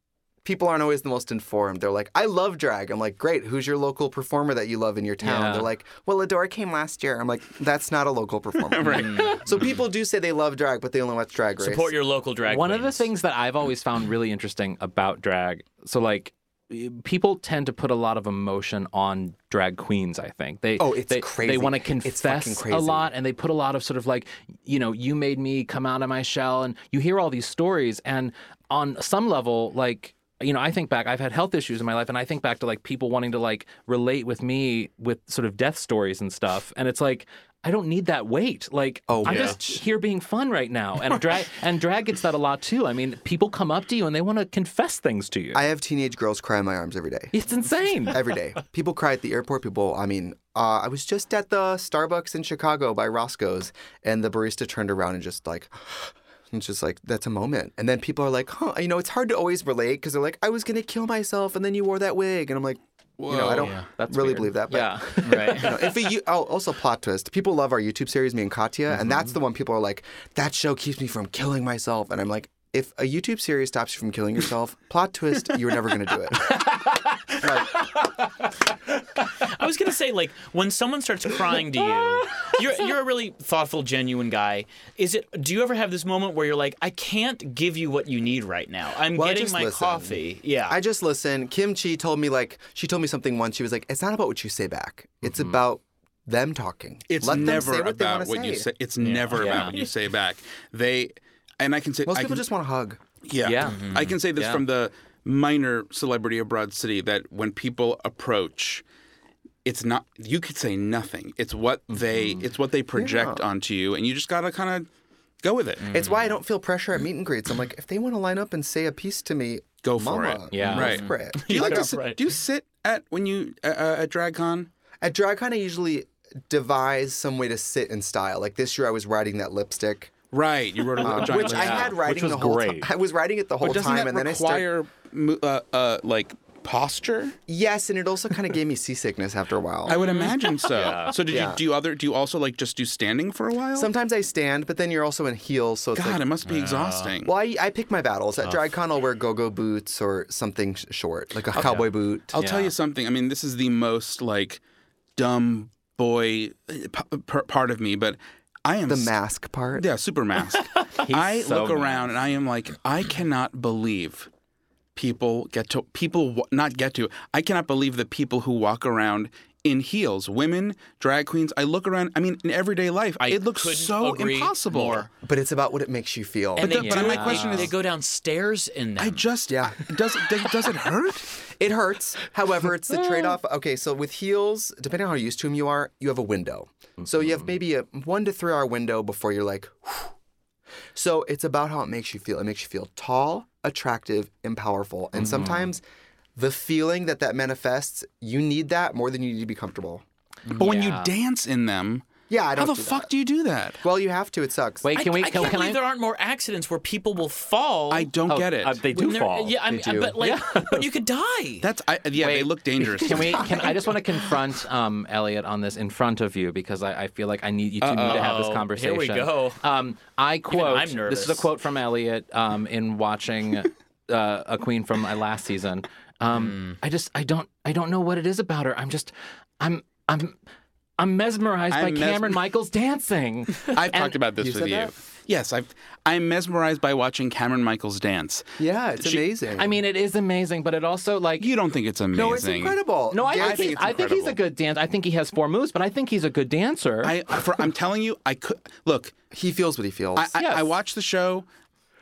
Speaker 1: people aren't always the most informed. They're like, I love drag. I'm like, great. Who's your local performer that you love in your town?
Speaker 4: Yeah.
Speaker 1: They're like, well, Adora came last year. I'm like, that's not a local performer.
Speaker 2: Right.
Speaker 1: So people do say they love drag, but they only watch Drag Race.
Speaker 3: Support your local drag.
Speaker 4: One of the
Speaker 3: queens.
Speaker 4: things that I've always found really interesting about drag, so like y- people tend to put a lot of emotion on drag queens. I think they
Speaker 1: Oh, it's
Speaker 4: they,
Speaker 1: crazy.
Speaker 4: They want to
Speaker 1: It's fucking
Speaker 4: confess
Speaker 1: crazy.
Speaker 4: a lot, and they put a lot of sort of like, you know, you made me come out of my shell, and you hear all these stories, and on some level, like. You know, I think back, I've had health issues in my life, and I think back to like people wanting to like relate with me with sort of death stories and stuff. And it's like, I don't need that weight. Like,
Speaker 1: Oh,
Speaker 4: I'm
Speaker 1: yeah.
Speaker 4: just here being fun right now. And drag and drag gets that a lot too. I mean, people come up to you and they want to confess things to you.
Speaker 1: I have teenage girls cry in my arms every day.
Speaker 4: it's insane.
Speaker 1: Every day. People cry at the airport. People, I mean, uh, I was just at the Starbucks in Chicago by Roscoe's, and the barista turned around and just like, and just like, that's a moment. And then people are like, huh, you know, it's hard to always relate because they're like, I was going to kill myself, and then you wore that wig. And I'm like, you know, I don't really believe that. But
Speaker 4: yeah.
Speaker 1: you know, if a, you, oh, also plot twist. People love our YouTube series, me and Katya, and
Speaker 2: Mm-hmm.
Speaker 1: that's the one people are like, that show keeps me from killing myself, and I'm like. If a YouTube series stops you from killing yourself, plot twist, you were never going to do it.
Speaker 3: I was gonna say, like, when someone starts crying to you, you're you're a really thoughtful, genuine guy. Is it? Do you ever have this moment where you're like, I can't give you what you need right now. I'm
Speaker 1: Well, I
Speaker 3: getting
Speaker 1: just
Speaker 3: my
Speaker 1: listen.
Speaker 3: coffee. Yeah.
Speaker 1: I just listen. Kim Chi told me like she told me something once. She was like, "It's not about what you say back. It's about them talking.
Speaker 2: Mm-hmm. It's
Speaker 1: Let them
Speaker 2: never
Speaker 1: say what they
Speaker 2: about
Speaker 1: wanna
Speaker 2: what you say. It's never
Speaker 4: Yeah.
Speaker 2: about what you say back. They and I can say
Speaker 1: Most
Speaker 2: I
Speaker 1: people
Speaker 2: can,
Speaker 1: just Mm-hmm. want to hug.
Speaker 2: Yeah.
Speaker 4: Yeah.
Speaker 2: I can say this
Speaker 4: Yeah.
Speaker 2: from the minor celebrity abroad city that when people approach, it's not you could say nothing. It's what they
Speaker 1: Mm-hmm.
Speaker 2: it's what they project onto you and you just gotta kinda go with it.
Speaker 1: It's why I don't feel pressure at meet and greets. I'm like, if they want to line up and say a piece to me,
Speaker 2: Go for
Speaker 1: mama,
Speaker 2: it.
Speaker 4: Yeah.
Speaker 1: go
Speaker 2: Right.
Speaker 1: for it.
Speaker 2: Do you like
Speaker 3: Yeah,
Speaker 2: to sit,
Speaker 3: right.
Speaker 2: do you sit at when you uh, uh, at DragCon?
Speaker 1: At DragCon, I usually devise some way to sit in style. Like this year, I was riding that lipstick,
Speaker 2: Right, you wrote a little giant
Speaker 1: Uh, which I had
Speaker 2: right.
Speaker 1: riding
Speaker 5: was
Speaker 1: the whole time.
Speaker 5: great.
Speaker 1: I was riding it the whole
Speaker 2: But doesn't
Speaker 1: time,
Speaker 2: that
Speaker 1: and then I started.
Speaker 2: require mo- uh, uh, like posture?
Speaker 1: Yes, and it also kind of gave me seasickness after a while.
Speaker 2: I would imagine so. So did you
Speaker 1: Yeah.
Speaker 2: do you other? Do you also like just do standing for a while?
Speaker 1: Sometimes I stand, but then you're also in heels, so it's
Speaker 2: God,
Speaker 1: like.
Speaker 2: it must be exhausting.
Speaker 1: Well, I, I pick my battles. At DryCon, I'll wear go-go boots or something sh- short, like a cowboy boot.
Speaker 2: I'll tell you something. I mean, this is the most like dumb boy uh, p- p- part of me, but I am
Speaker 1: the
Speaker 2: s-
Speaker 1: mask part.
Speaker 2: Yeah, super mask. I
Speaker 5: so
Speaker 2: look around and I am like, I cannot believe people get to people wa- not get to. I cannot believe the people who walk around in heels, women, drag queens. I look around. I mean, in everyday life,
Speaker 3: I
Speaker 2: it looks
Speaker 3: couldn't
Speaker 2: so
Speaker 3: agree
Speaker 2: impossible.
Speaker 3: more.
Speaker 1: But it's about what it makes you feel.
Speaker 3: And
Speaker 2: the-
Speaker 3: they
Speaker 2: but
Speaker 3: do
Speaker 2: my
Speaker 3: it-
Speaker 2: question
Speaker 3: they,
Speaker 2: is-
Speaker 3: they go downstairs in them.
Speaker 2: I just
Speaker 1: Yeah.
Speaker 2: Does it- does it hurt?
Speaker 1: It hurts. However, it's the trade off. Okay, so with heels, depending on how used to them you are, you have a window. So
Speaker 4: Mm-hmm.
Speaker 1: you have maybe a one to three hour window before you're like, "Whew." so it's about how it makes you feel. It makes you feel tall, attractive, and powerful.
Speaker 4: Mm-hmm.
Speaker 1: And sometimes the feeling that that manifests, you need that more than you need to be comfortable.
Speaker 2: But when you dance in them,
Speaker 1: Yeah, I
Speaker 2: how
Speaker 1: don't
Speaker 2: the
Speaker 1: do
Speaker 2: fuck
Speaker 1: that.
Speaker 2: do you do that?
Speaker 1: Well, you have to. It sucks.
Speaker 4: Wait, can we?
Speaker 3: I
Speaker 4: can,
Speaker 3: can't
Speaker 4: can
Speaker 3: believe
Speaker 4: I?
Speaker 3: there aren't more accidents where people will fall.
Speaker 2: I don't get it.
Speaker 5: Uh, they do
Speaker 3: when they're-
Speaker 5: fall.
Speaker 3: Yeah, I mean,
Speaker 1: do.
Speaker 3: but like, but you could die.
Speaker 2: That's I, yeah. They
Speaker 4: Wait.
Speaker 2: look dangerous.
Speaker 4: Can we? Can I just want to confront um, Elliot on this in front of you because I, I feel like I need you two need to
Speaker 3: Uh-oh.
Speaker 4: have
Speaker 3: Here
Speaker 4: this
Speaker 3: we
Speaker 4: conversation.
Speaker 3: go.
Speaker 4: Um, I quote.
Speaker 3: I'm nervous.
Speaker 4: This is a quote from Elliot um, in watching uh, a queen from my last season. Um,
Speaker 3: Hmm.
Speaker 4: I just I don't I don't know what it is about her. I'm just I'm I'm. I'm mesmerized
Speaker 2: I'm
Speaker 4: by
Speaker 2: mes-
Speaker 4: Cameron Michaels dancing.
Speaker 2: I've talked about this
Speaker 1: You
Speaker 2: with
Speaker 1: said
Speaker 2: you.
Speaker 1: that?
Speaker 2: Yes, I've, I'm mesmerized by watching Cameron Michaels dance.
Speaker 1: yeah, it's amazing.
Speaker 4: I mean, it is amazing, but it also like
Speaker 2: You don't think it's amazing?
Speaker 1: no, it's incredible.
Speaker 4: no, I,
Speaker 1: Dancing-
Speaker 4: think, he's,
Speaker 2: it's
Speaker 4: I think he's a
Speaker 2: incredible.
Speaker 4: good dancer. I think he has four moves, but I think he's a good dancer.
Speaker 2: I, for, I'm telling you, I could look.
Speaker 1: he feels what he feels.
Speaker 2: I, I,
Speaker 4: Yes.
Speaker 2: I watched the show.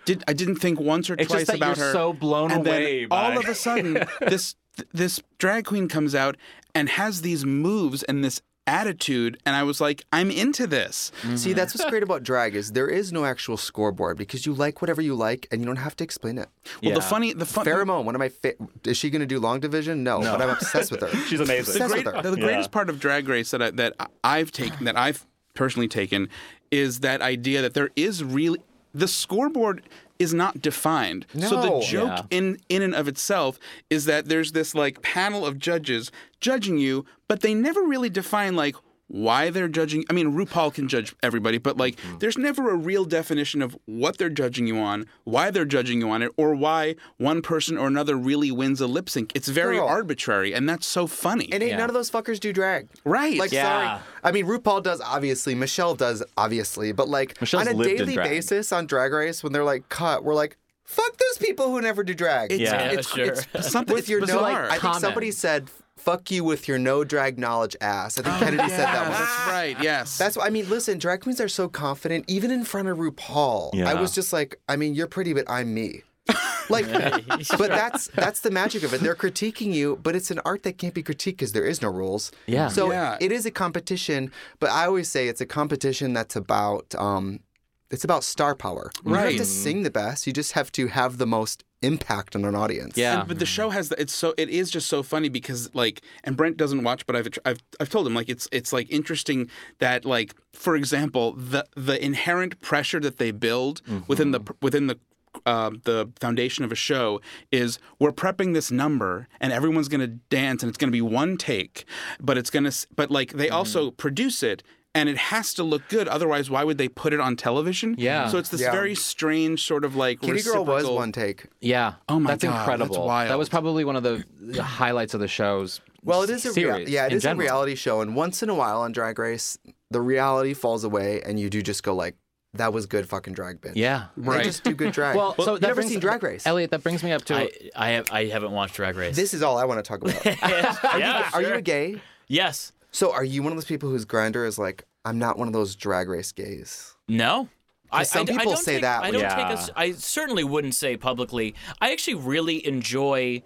Speaker 2: Did I didn't think once or
Speaker 4: It's
Speaker 2: twice
Speaker 4: just that
Speaker 2: about
Speaker 4: you're
Speaker 2: her.
Speaker 4: so blown
Speaker 2: and then
Speaker 4: away
Speaker 2: all
Speaker 4: by-
Speaker 2: of a sudden, this this drag queen comes out and has these moves and this attitude, and I was like, I'm into this.
Speaker 1: See, that's what's great about drag is there is no actual scoreboard because you like whatever you like and you don't have to explain it.
Speaker 2: Well, the
Speaker 4: Yeah.
Speaker 2: funny, the fun,
Speaker 1: Pheromone, one of my fa- is she going to do long division? No, but I'm obsessed with her.
Speaker 5: She's amazing.
Speaker 1: Obsessed
Speaker 2: great-
Speaker 1: with her.
Speaker 2: the greatest part of Drag Race that I, that I- I've taken that I've personally taken is that idea that there is really the scoreboard is not defined. So the
Speaker 1: No.
Speaker 2: joke in in and of itself is that there's this like panel of judges judging you, but they never really define like why they're judging. I mean, RuPaul can judge everybody, but like
Speaker 1: Mm-hmm.
Speaker 2: there's never a real definition of what they're judging you on, why they're judging you on it, or why one person or another really wins a lip sync. It's very
Speaker 1: Girl.
Speaker 2: arbitrary, and that's so funny.
Speaker 1: And hey, none of those fuckers do drag.
Speaker 2: Right.
Speaker 1: Like,
Speaker 5: Yeah.
Speaker 1: sorry. I mean, RuPaul does, obviously. Michelle does, obviously. But, like,
Speaker 5: Michelle's
Speaker 1: on a
Speaker 5: lived in
Speaker 1: daily
Speaker 5: drag.
Speaker 1: basis on Drag Race, when they're like cut, we're like, fuck those people who never do drag. It's,
Speaker 5: Yeah.
Speaker 1: it's,
Speaker 3: Yeah,
Speaker 1: it's-
Speaker 3: sure.
Speaker 2: something
Speaker 1: with your no,
Speaker 2: bizarre.
Speaker 1: I think
Speaker 4: Common.
Speaker 1: somebody said, fuck you with your no drag knowledge ass. I
Speaker 2: Oh,
Speaker 1: think Kennedy said that one.
Speaker 2: That's right. Yes.
Speaker 1: That's what I mean. Listen, drag queens are so confident, even in front of RuPaul. I
Speaker 5: Yeah.
Speaker 1: was just like, I mean, you're pretty, but I'm me. Like, but that's that's the magic of it. They're critiquing you, but it's an art that can't be critiqued because there is no rules.
Speaker 4: Yeah.
Speaker 1: So
Speaker 2: Yeah.
Speaker 1: it is a competition, but I always say it's a competition that's about um, it's about star power. You don't
Speaker 2: Right.
Speaker 1: have to sing the best. You just have to have the most impact on an audience.
Speaker 4: Yeah.
Speaker 2: And- but the
Speaker 1: Mm-hmm.
Speaker 2: show has the, it's so it is just so funny because like and Brent doesn't watch, but I've I've I've told him like it's it's like interesting that like for example the the inherent pressure that they build
Speaker 1: Mm-hmm.
Speaker 2: within the within the. Um, the foundation of a show is we're prepping this number and everyone's going to dance and it's going to be one take but it's going to but like
Speaker 1: Mm-hmm.
Speaker 2: they also produce it and it has to look good otherwise why would they put it on television
Speaker 4: Yeah.
Speaker 2: so it's this
Speaker 1: Yeah.
Speaker 2: very strange sort of like
Speaker 1: Kitty Girl was
Speaker 2: reciprocal-
Speaker 1: one take.
Speaker 4: Yeah.
Speaker 2: Oh my
Speaker 4: that's
Speaker 2: God, that's
Speaker 4: incredible. That
Speaker 2: wild.
Speaker 4: was probably one of the, the highlights of the show's.
Speaker 1: Well, it is a rea-
Speaker 4: series.
Speaker 1: yeah, it
Speaker 4: in
Speaker 1: is
Speaker 4: general.
Speaker 1: a reality show, and once in a while on Drag Race, the reality falls away, and you do just go like, "That was good fucking drag, bitch."
Speaker 4: Yeah.
Speaker 1: They
Speaker 2: Right.
Speaker 1: just do good drag.
Speaker 4: Well, so
Speaker 1: you've
Speaker 4: that
Speaker 1: never
Speaker 4: brings-
Speaker 1: seen Drag Race.
Speaker 4: Elliot, that brings me up to.
Speaker 3: I, I have I haven't watched Drag Race.
Speaker 1: this is all I want to talk about.
Speaker 3: yeah,
Speaker 1: Are you
Speaker 3: sure.
Speaker 1: a gay?
Speaker 3: Yes.
Speaker 1: So are you one of those people whose grinder is like, "I'm not one of those Drag Race gays."
Speaker 3: No. I,
Speaker 1: some
Speaker 3: I- I
Speaker 1: people
Speaker 3: don't
Speaker 1: say
Speaker 3: take-
Speaker 1: that
Speaker 3: I
Speaker 1: when
Speaker 3: don't
Speaker 5: you-
Speaker 3: take a s- I certainly wouldn't say publicly. I actually really enjoy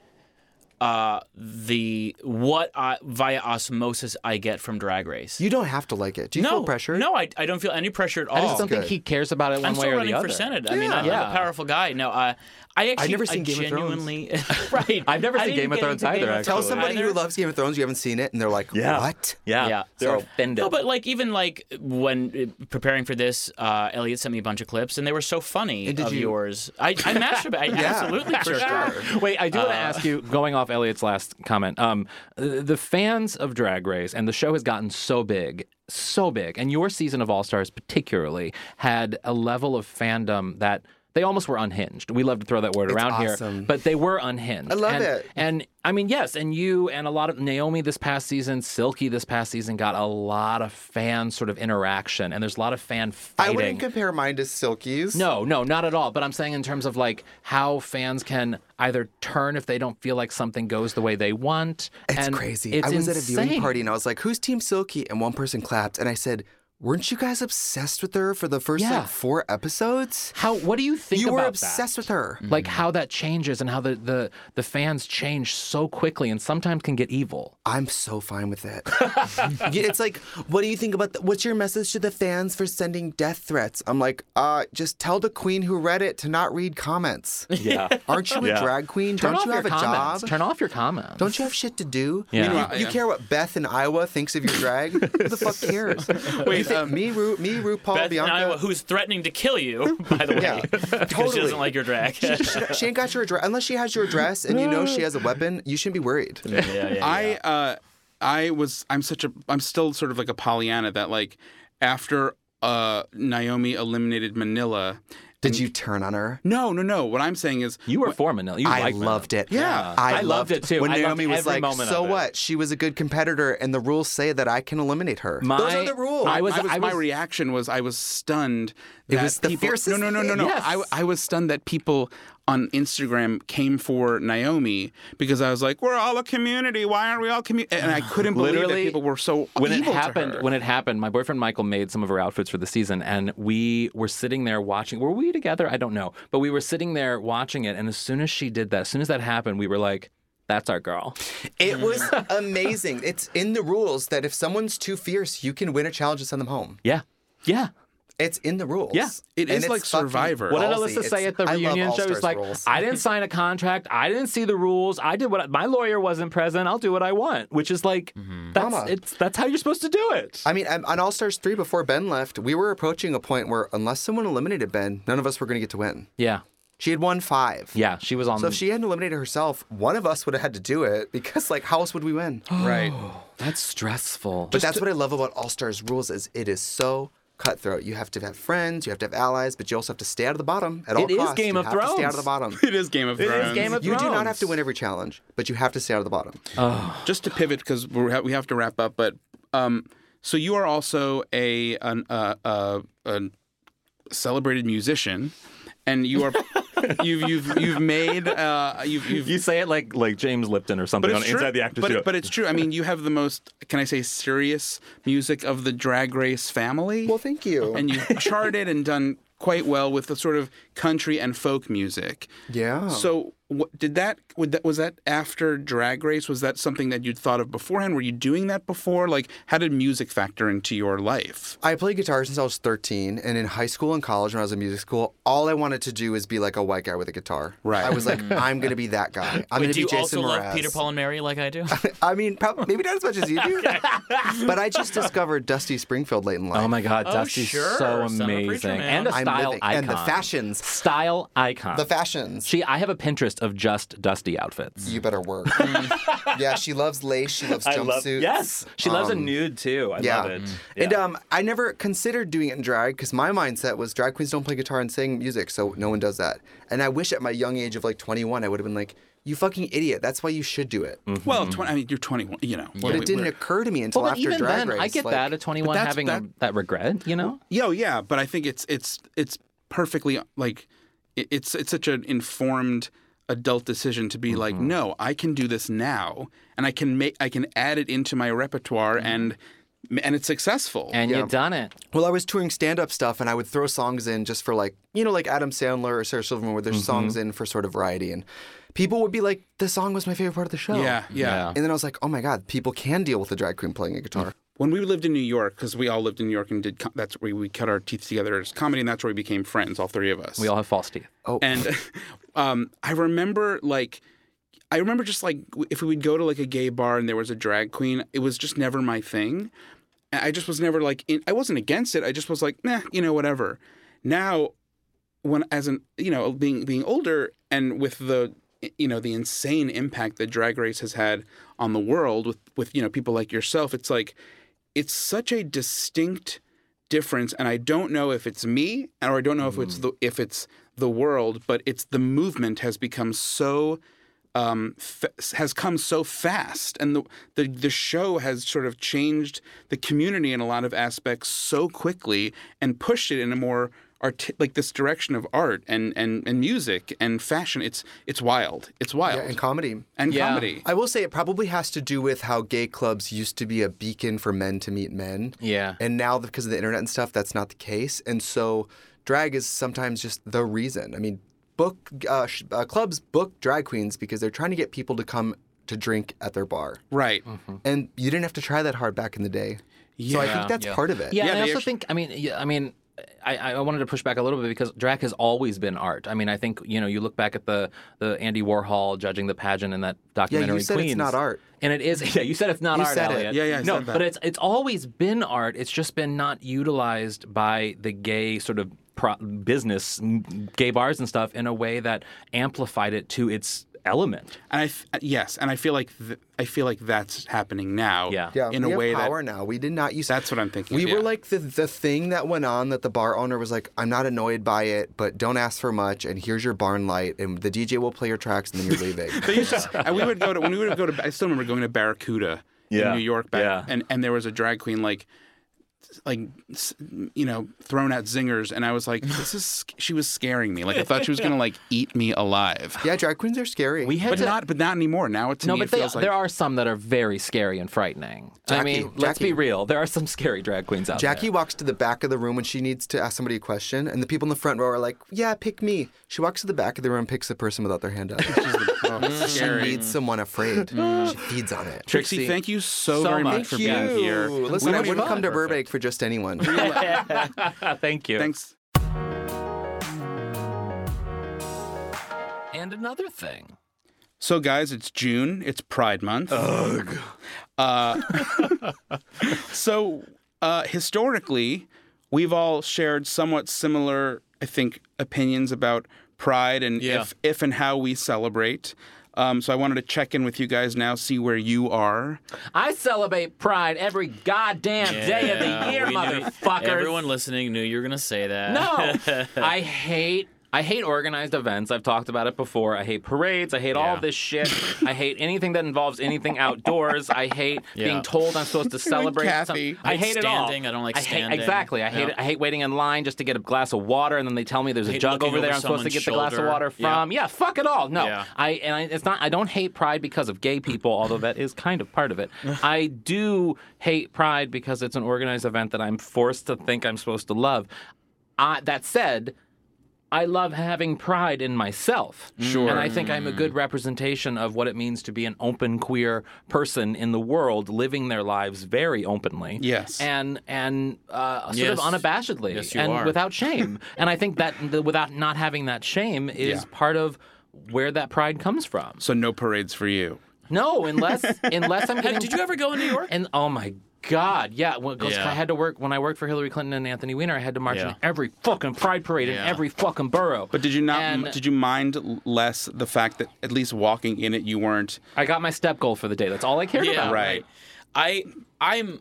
Speaker 3: uh, the what I, via osmosis I get from Drag Race.
Speaker 1: You don't have to like it. Do you
Speaker 3: no
Speaker 1: feel pressure?
Speaker 3: No, I, I don't feel any pressure at all.
Speaker 2: Oh.
Speaker 4: I just don't think
Speaker 1: good.
Speaker 4: he cares about it one
Speaker 3: I'm
Speaker 4: way
Speaker 3: still
Speaker 4: or the
Speaker 3: running
Speaker 4: other.
Speaker 3: for senate. I mean, I'm, I'm
Speaker 4: Yeah.
Speaker 3: a powerful guy. No, uh, I I actually
Speaker 1: never
Speaker 3: I
Speaker 1: seen Game of Thrones.
Speaker 3: genuinely right.
Speaker 5: I've never
Speaker 3: I
Speaker 5: seen
Speaker 3: didn't
Speaker 5: Game of
Speaker 3: get
Speaker 5: Thrones
Speaker 3: into Game
Speaker 5: either,
Speaker 3: of
Speaker 5: actually.
Speaker 1: Tell
Speaker 3: Thrones
Speaker 1: somebody
Speaker 3: either.
Speaker 1: who loves Game of Thrones you haven't seen it, and they're like,
Speaker 5: Yeah.
Speaker 1: "What?"
Speaker 5: Yeah.
Speaker 3: Yeah.
Speaker 5: They're
Speaker 1: So-
Speaker 5: offended.
Speaker 3: No, but like even like when uh, preparing for this, uh, Elliot sent me a bunch of clips, and they were so funny
Speaker 1: And did
Speaker 3: of
Speaker 1: you-
Speaker 3: yours. I, I masturbate. I absolutely for sure.
Speaker 4: Wait, I do
Speaker 1: Uh,
Speaker 4: want to ask you, going off Elliot's last comment, um, the the fans of Drag Race and the show has gotten so big, so big, and your season of All Stars particularly had a level of fandom that they almost were unhinged. We love to throw that word around
Speaker 1: awesome.
Speaker 4: here, but they were unhinged.
Speaker 1: I love
Speaker 4: and,
Speaker 1: it.
Speaker 4: And I mean, yes, and you and a lot of Naomi this past season, Silky this past season got a lot of fan sort of interaction, and there's a lot of fan
Speaker 1: I
Speaker 4: fighting.
Speaker 1: wouldn't compare mine to Silky's.
Speaker 4: No, no, not at all. But I'm saying in terms of like how fans can either turn if they don't feel like something goes the way they want.
Speaker 1: It's
Speaker 4: and
Speaker 1: crazy.
Speaker 4: It's
Speaker 1: I was
Speaker 4: insane.
Speaker 1: at a viewing party and I was like, who's Team Silky? And one person clapped. And I said, weren't you guys obsessed with her for the first
Speaker 4: Yeah.
Speaker 1: like four episodes?
Speaker 4: How? What do you think?
Speaker 1: you were
Speaker 4: about
Speaker 1: obsessed
Speaker 4: that? Mm.
Speaker 1: with Mm. her.
Speaker 4: Like how that changes and how the, the the fans change so quickly and sometimes can get evil.
Speaker 1: I'm so fine with it. Yeah, it's like, what do you think about the, what's your message to the fans for sending death threats? I'm like, uh, just tell the queen who read it to not read comments.
Speaker 5: yeah.
Speaker 1: Aren't you a
Speaker 5: Yeah.
Speaker 1: drag queen?
Speaker 4: Turn
Speaker 1: Don't
Speaker 4: off
Speaker 1: you
Speaker 4: your
Speaker 1: have a
Speaker 4: comments.
Speaker 1: job?
Speaker 4: Turn off your comments.
Speaker 1: Don't you have shit to do?
Speaker 4: Yeah.
Speaker 1: You,
Speaker 2: Meanwhile,
Speaker 1: you
Speaker 2: yeah.
Speaker 1: care what Beth in Iowa thinks of your drag? Who the fuck cares? Wait,
Speaker 2: um,
Speaker 1: me, Ru, me, RuPaul,
Speaker 3: Beth in
Speaker 1: Bianca.
Speaker 3: Iowa, who's threatening to kill you, by the way,
Speaker 1: Yeah,
Speaker 3: because she
Speaker 1: totally.
Speaker 3: doesn't like your drag.
Speaker 1: she ain't got your address unless she has your address and you know she has a weapon. You shouldn't be worried.
Speaker 2: I uh, I was I'm such a I'm still sort of like a Pollyanna that like after uh Naomi eliminated Manila.
Speaker 1: Did you turn on her?
Speaker 2: No, no, no. What I'm saying is
Speaker 4: You were for Manila. You
Speaker 1: I
Speaker 4: liked
Speaker 1: loved
Speaker 4: Manila.
Speaker 1: it.
Speaker 2: Yeah.
Speaker 4: I loved it too.
Speaker 1: When
Speaker 4: I loved
Speaker 1: Naomi was
Speaker 4: every
Speaker 1: like,
Speaker 4: moment of
Speaker 1: "So
Speaker 4: it."
Speaker 1: what? She was a good competitor, and the rules say that I can eliminate her.
Speaker 4: My-
Speaker 1: Those are the rules."
Speaker 4: I was-
Speaker 2: I was,
Speaker 4: I
Speaker 2: my
Speaker 4: was-
Speaker 2: reaction was I was stunned. That
Speaker 1: was the
Speaker 2: people,
Speaker 1: fiercest
Speaker 2: No, no, no, no, no.
Speaker 1: thing.
Speaker 2: I, I was stunned that people on Instagram came for Naomi because I was like, we're all a community. Why aren't we all community? And I couldn't believe that
Speaker 4: Literally,
Speaker 2: people were so
Speaker 4: when it
Speaker 2: evil to
Speaker 4: happened
Speaker 2: her.
Speaker 4: when it happened my boyfriend michael made some of her outfits for the season and we were sitting there watching were we together i don't know but we were sitting there watching it and as soon as she did that as soon as that happened we were like that's our girl
Speaker 1: It was amazing. It's in the rules that if someone's too fierce, you can win a challenge and send them home.
Speaker 4: yeah yeah
Speaker 1: It's in the rules.
Speaker 4: Yeah.
Speaker 2: It
Speaker 1: And
Speaker 2: is
Speaker 1: it's
Speaker 2: like
Speaker 1: fucking
Speaker 2: Survivor.
Speaker 4: what did
Speaker 1: ballsy.
Speaker 4: Alyssa
Speaker 1: It's-
Speaker 4: say at the
Speaker 1: I love
Speaker 4: reunion show?
Speaker 1: All-Stars
Speaker 4: It's like,
Speaker 1: rules.
Speaker 4: I didn't sign a contract. I didn't see the rules. I did what I- my lawyer wasn't present. I'll do what I want, which is like, that's
Speaker 1: Mama.
Speaker 4: it's that's how you're supposed to do it.
Speaker 1: I mean, um, on All Stars 3, before Ben left, we were approaching a point where unless someone eliminated Ben, none of us were going to get to win.
Speaker 4: yeah,
Speaker 1: She had won five.
Speaker 4: yeah. She was on.
Speaker 1: So if
Speaker 4: the-
Speaker 1: she hadn't eliminated herself, one of us would have had to do it because, like, how else would we win?
Speaker 2: right.
Speaker 4: that's stressful.
Speaker 1: But that's what I love about All Stars rules is it is so cutthroat. You have to have friends, you have to have allies, but you also have to stay out of the bottom at all
Speaker 4: It is
Speaker 1: costs.
Speaker 4: Game
Speaker 1: you
Speaker 4: of
Speaker 1: have To stay out of
Speaker 4: Thrones.
Speaker 1: the bottom.
Speaker 2: It is Game of Thrones.
Speaker 4: Game of
Speaker 1: You do not
Speaker 4: Thrones.
Speaker 1: have to win every challenge, but you have to stay out of the bottom.
Speaker 2: Just to pivot because we have to wrap up, but um, so you are also a an uh, uh, a celebrated musician, and you are you've you've you've made uh, you've you've
Speaker 5: You say it like like James Lipton or something on Inside the Actors
Speaker 2: but,
Speaker 5: Studio.
Speaker 2: but it's true. I mean, you have the most, can I say, serious music of the Drag Race family.
Speaker 1: Well, thank you.
Speaker 2: and you've charted and done quite well with the sort of country and folk music.
Speaker 1: yeah.
Speaker 2: So what, did that, would that was that after Drag Race? Was that something that you'd thought of beforehand? Were you doing that before? Like, how did music factor into your life?
Speaker 1: I played guitar since I was 13, and in high school and college, when I was in music school, all I wanted to do is be like a white guy with a guitar.
Speaker 2: Right.
Speaker 1: I was like, I'm gonna be that guy. I'm gonna
Speaker 3: Do
Speaker 1: be
Speaker 3: you
Speaker 1: Jason
Speaker 3: also
Speaker 1: Mraz.
Speaker 3: love Peter, Paul, and Mary like I do?
Speaker 1: I mean, prob- maybe not as much as you do, but I just discovered Dusty Springfield late in life.
Speaker 4: Oh my God,
Speaker 3: Oh,
Speaker 4: Dusty's
Speaker 3: sure,
Speaker 4: so
Speaker 3: son of a preacher
Speaker 4: amazing,
Speaker 3: man.
Speaker 4: and a
Speaker 1: I'm
Speaker 4: style
Speaker 1: living-
Speaker 4: icon,
Speaker 1: and the fashions,
Speaker 4: style icon,
Speaker 1: the fashions.
Speaker 4: She, I have a Pinterest of just Dusty outfits.
Speaker 1: you better work. yeah, she loves lace. She loves
Speaker 5: I love
Speaker 1: jumpsuits. Um,
Speaker 5: yes. She loves a nude too. I
Speaker 1: Yeah.
Speaker 5: love it.
Speaker 4: Mm.
Speaker 1: And
Speaker 5: Yeah.
Speaker 1: um, I never considered doing it in drag because my mindset was drag queens don't play guitar and sing music, so no one does that. And I wish at my young age of like 21, I would have been like, you fucking idiot. That's why you should do it.
Speaker 2: Well, 20, I mean, you're 21, you know.
Speaker 1: But it didn't occur to me until
Speaker 4: Well, but
Speaker 1: after
Speaker 4: even
Speaker 1: drag
Speaker 4: then,
Speaker 1: race.
Speaker 4: I get
Speaker 1: like,
Speaker 4: that at 21
Speaker 2: that's-
Speaker 4: having
Speaker 2: that-
Speaker 4: a, that regret, you know.
Speaker 2: Yo, yeah, but I think it's it's it's perfectly like it- it's it's such an informed adult decision to be like, no, I can do this now, and I can make I can add it into my repertoire, and and it's successful.
Speaker 4: And you've done it.
Speaker 1: Well, I was touring stand-up stuff, and I would throw songs in just for like, you know, like Adam Sandler or Sarah Silverman, where there's songs in for sort of variety, and people would be like, "The song was my favorite part of the show."
Speaker 2: yeah, yeah.
Speaker 1: And then I was like, "Oh my god, people can deal with a drag queen playing a guitar."
Speaker 2: when we lived in New York, because we all lived in New York and did co- that's where we cut our teeth together as comedy, and that's where we became friends, all three of us.
Speaker 4: We all have false teeth.
Speaker 2: and um, I remember like. I remember just like w- if we would go to like a gay bar and there was a drag queen, it was just never my thing. And I just was never like in, I wasn't against it. I just was like, nah, you know, whatever. Now, when as an you know being being older and with the you know the insane impact that Drag Race has had on the world with with you know people like yourself, it's like it's such a distinct difference and I don't know if it's me or I don't know if it's
Speaker 1: Mm.
Speaker 2: the if it's the world but it's the movement has become so um, f- has come so fast and the, the the show has sort of changed the community in a lot of aspects so quickly and pushed it in a more art like this direction of art and and and music and fashion it's it's wild it's wild
Speaker 1: Yeah, and comedy.
Speaker 2: and
Speaker 4: Yeah.
Speaker 2: comedy
Speaker 1: I will say it probably has to do with how gay clubs used to be a beacon for men to meet men.
Speaker 4: Yeah.
Speaker 1: And now, because of the internet and stuff, that's not the case. And so, drag is sometimes just the reason. I mean, book uh, sh- uh, clubs book drag queens because they're trying to get people to come to drink at their bar.
Speaker 2: right
Speaker 1: Mm. And you didn't have to try that hard back in the day. So I
Speaker 2: Hmm. Yeah.
Speaker 1: think that's part of it.
Speaker 4: Yeah,
Speaker 2: Yeah,
Speaker 4: and I
Speaker 2: they
Speaker 4: also
Speaker 2: actu-
Speaker 4: think. I mean, yeah, I mean, I, I wanted to push back a little bit because drag has always been art. I mean, I think you know, you look back at the the Andy Warhol judging the pageant in that documentary.
Speaker 1: said it's
Speaker 4: Queens,
Speaker 1: not art.
Speaker 4: and it is. Yeah, you said it's not
Speaker 1: You
Speaker 4: art.
Speaker 1: said it.
Speaker 4: Elliot.
Speaker 2: Yeah, yeah, I
Speaker 4: No,
Speaker 2: said that.
Speaker 4: but it's it's always been art. It's just been not utilized by the gay sort of. Pro- business, m- gay bars and stuff, in a way that amplified it to its element.
Speaker 2: and I f- uh, yes and I feel like th- I feel like that's happening now
Speaker 4: Yeah.
Speaker 1: Yeah,
Speaker 2: in
Speaker 1: we
Speaker 2: a way
Speaker 1: have
Speaker 2: that
Speaker 1: power now. We did not use.
Speaker 2: That's what I'm thinking
Speaker 1: We
Speaker 2: of,
Speaker 1: were
Speaker 2: yeah.
Speaker 1: like the the thing that went on that the bar owner was like, "I'm not annoyed by it, but don't ask for much." And here's your barn light, and the DJ will play your tracks, and then you're leaving.
Speaker 2: They used to, and we would go to when we would go to. I still remember going to Barracuda
Speaker 5: Yeah,
Speaker 2: in New York back,
Speaker 5: yeah.
Speaker 2: and and there was a drag queen like, like, s- you know, throwing out zingers, and I was like, this is. sc- She was scaring me. Like I thought she was gonna like eat me alive.
Speaker 1: yeah, drag queens are scary.
Speaker 4: We had
Speaker 2: But
Speaker 4: to,
Speaker 2: not, but not anymore. Now it's
Speaker 4: No,
Speaker 2: me,
Speaker 4: but
Speaker 2: it
Speaker 4: they,
Speaker 2: feels like
Speaker 4: there are some that are very scary and frightening. I
Speaker 1: Jackie,
Speaker 4: mean, let's be
Speaker 1: Jackie.
Speaker 4: real. There are some scary drag queens out
Speaker 1: Jackie walks to the back of the room when she needs to ask somebody a question, and the people in the front row are like, "Yeah, pick me." She walks to the back of the room, picks the person without their hand up.
Speaker 2: Oh,
Speaker 1: she
Speaker 2: scary. Mm.
Speaker 1: needs someone afraid. She feeds on it.
Speaker 2: Trixie, thank you so,
Speaker 4: So
Speaker 2: very much,
Speaker 4: much.
Speaker 2: for
Speaker 4: Thank
Speaker 2: being
Speaker 1: Phew.
Speaker 2: here.
Speaker 1: Listen,
Speaker 2: We
Speaker 1: I
Speaker 2: wish-
Speaker 1: wouldn't come to Burbank for just anyone.
Speaker 4: there. Thank you.
Speaker 2: Thanks.
Speaker 4: And another thing.
Speaker 2: So, guys, it's June. It's Pride Month. Ugh. Uh, so, uh, historically, we've all shared somewhat similar, I think, opinions about Pride and
Speaker 3: Yeah.
Speaker 2: if, if and how we celebrate. Um, so, I wanted to check in with you guys now, see where you are.
Speaker 4: I celebrate Pride every goddamn day of the year,
Speaker 3: we knew-
Speaker 4: motherfuckers.
Speaker 3: Everyone listening knew you were gonna say that.
Speaker 4: No, I hate. I hate organized events. I've talked about it before. I hate parades. I hate all
Speaker 3: Yeah.
Speaker 4: this shit. I hate anything that involves anything outdoors. I hate
Speaker 3: Yeah.
Speaker 4: being told I'm supposed to celebrate. some-
Speaker 2: Kathy.
Speaker 4: I hate it all.
Speaker 3: standing. I don't like
Speaker 4: hate-
Speaker 3: standing.
Speaker 4: exactly. I hate.
Speaker 3: Yeah.
Speaker 4: It. I hate waiting in line just to get a glass of water, and then they tell me there's a
Speaker 3: hate
Speaker 4: jug
Speaker 3: looking
Speaker 4: over there.
Speaker 3: over
Speaker 4: I'm supposed to get
Speaker 3: someone's
Speaker 4: the glass of
Speaker 3: shoulder.
Speaker 4: water
Speaker 3: Yeah.
Speaker 4: from. Um, Yeah, fuck it all. No,
Speaker 3: Yeah.
Speaker 4: I and I, it's not. I don't hate Pride because of gay people, although that is kind of part of it. I do hate Pride because it's an organized event that I'm forced to think I'm supposed to love. I, that said, I love having pride in myself. Sure. And I think I'm a good representation of what it means to be an open queer person in the world, living their lives very openly.
Speaker 2: Yes.
Speaker 4: And and uh, sort of
Speaker 3: Yes.
Speaker 4: unabashedly
Speaker 3: Yes, you
Speaker 4: and
Speaker 3: are.
Speaker 4: without shame. and I think that the, without not having that shame is
Speaker 2: Yeah.
Speaker 4: part of where that pride comes from.
Speaker 2: So, no parades for you.
Speaker 4: No, unless unless I'm getting
Speaker 3: Hey, did you ever go in New York?
Speaker 4: and oh my god, yeah. When, 'cause
Speaker 3: Yeah.
Speaker 4: I had to work when I worked for Hillary Clinton and Anthony Weiner. I had to march
Speaker 3: Yeah.
Speaker 4: in every fucking pride parade in
Speaker 3: Yeah.
Speaker 4: every fucking borough.
Speaker 2: But did you not?
Speaker 4: And-
Speaker 2: did you mind l- less the fact that at least walking in it, you weren't?
Speaker 4: I got my step goal for the day. That's all I cared about.
Speaker 2: Right.
Speaker 3: I I'm